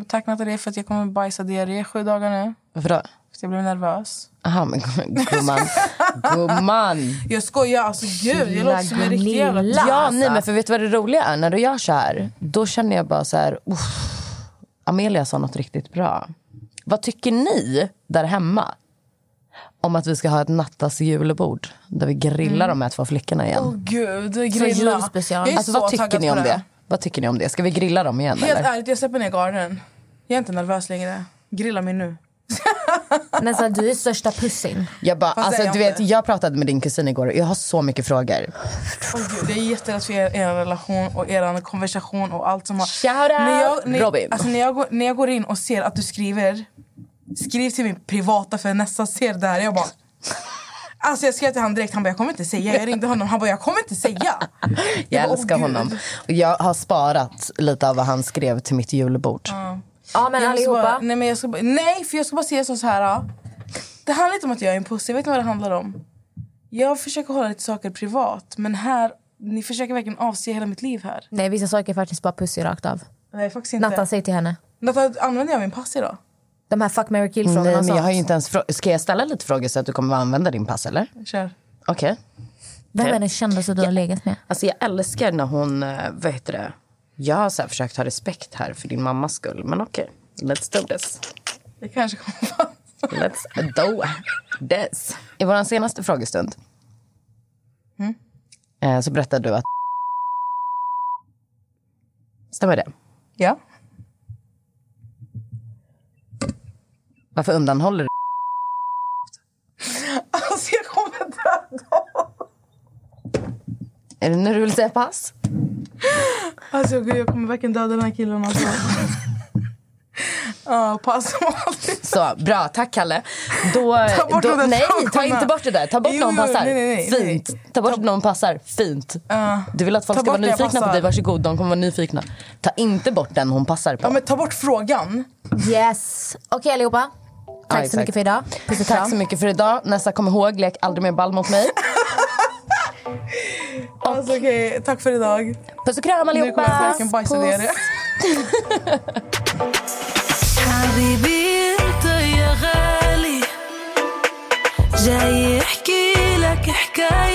Och Tack Nathalie för att jag kommer bajsa diarré sju dagar nu. Varför då? För att jag blev nervös. Aha, men gumman. gumman. Jag skojar, alltså gud. Jag låter som en Chilla, riktig jävla... Gunilla. Ja, alltså. nej, men för vet du vad det roliga är? När du gör så här, då känner jag bara så här... Uff, Amelia sa något riktigt bra. Vad tycker ni där hemma om att vi ska ha ett Nattas julbord där vi grillar de här två flickorna igen? Mm. Åh gud, grilla. julspecial. Jag är alltså, så vad taggad tycker ni på om det? här. Vad tycker ni om det? Ska vi grilla dem igen? Helt eller? ärligt, jag släpper ner garden. Jag är inte nervös längre. Grilla mig nu. Men så här, du är största pussin. Jag, bara, Fast det är alltså, jag du vet, inte. jag pratade med din kusin igår och jag har så mycket frågor. Åh gud, jag är jätterädd för er, er relation och er konversation och allt som har... Shout out, när jag, när, Robin. Alltså, när, jag går, när jag går in och ser att du skriver, skriv till min privata för nästa ser det här. Jag bara... Alltså jag skrev till honom direkt, han bara jag kommer inte säga. Jag ringde honom, han bara jag kommer inte säga. Jag bara, åh, älskar gud. honom. Och jag har sparat lite av vad han skrev till mitt julbord. Ja, men Jag måste allihopa. Bara, nej, men jag ska, bara- nej, för jag ska bara säga så så här. ja. Det handlar inte om att jag är en pussy, vet ni vad det handlar om? Jag försöker hålla lite saker privat, men här, ni försöker verkligen avse hela mitt liv här. Nej, vissa saker är faktiskt bara pussy rakt av. Nej faktiskt inte. Natta, säg till henne. Natta, använder jag min pass idag? De här fuck, marry, kill Nej, frågorna och men jag har sånt. ju inte ens frå- Ska jag ställa lite frågor så att du kommer att använda din pass? eller? Kör. Okej. Vem är den kändaste du har legat med? Alltså jag älskar när hon... eh, Vad heter det? Jag har så här försökt ha respekt här för din mammas skull. Men okej, let's do this. Det kanske kommer fram. Let's do this. I vår senaste frågestund eh, så berättade du att... Stämmer det? Ja. Varför undanhåller du? Alltså jag kommer döda honom. Är det när du vill säga pass? Alltså gud, jag kommer verkligen döda den här killen alltså. Ja, pass som vanligt. Så, bra. Tack, Kalle. Då, Ta bort då, de där nej, ta sakerna. inte bort det där. Ta bort Jo, någon jo, passar. nej, nej, nej, nej. Fint. Ta bort någon passar. Fint. Ja. Du vill att folk Ta ska vara bort när jag nyfikna på passar. dig. Varsågod, de kommer vara nyfikna. Ta inte bort den hon passar på. Ja men ta bort frågan. Yes. Okej, allihopa. Tack exakt. så mycket för idag. Puss och Tack så kram. mycket för idag. Nästa, kom ihåg, lek aldrig mer ball mot mig. Alltså okej, tack för idag. Puss och kram Nu kommer jag allihopa! verkligen bajsa ner det. حبيبي انت يا غالي جاي احكي لك حكايه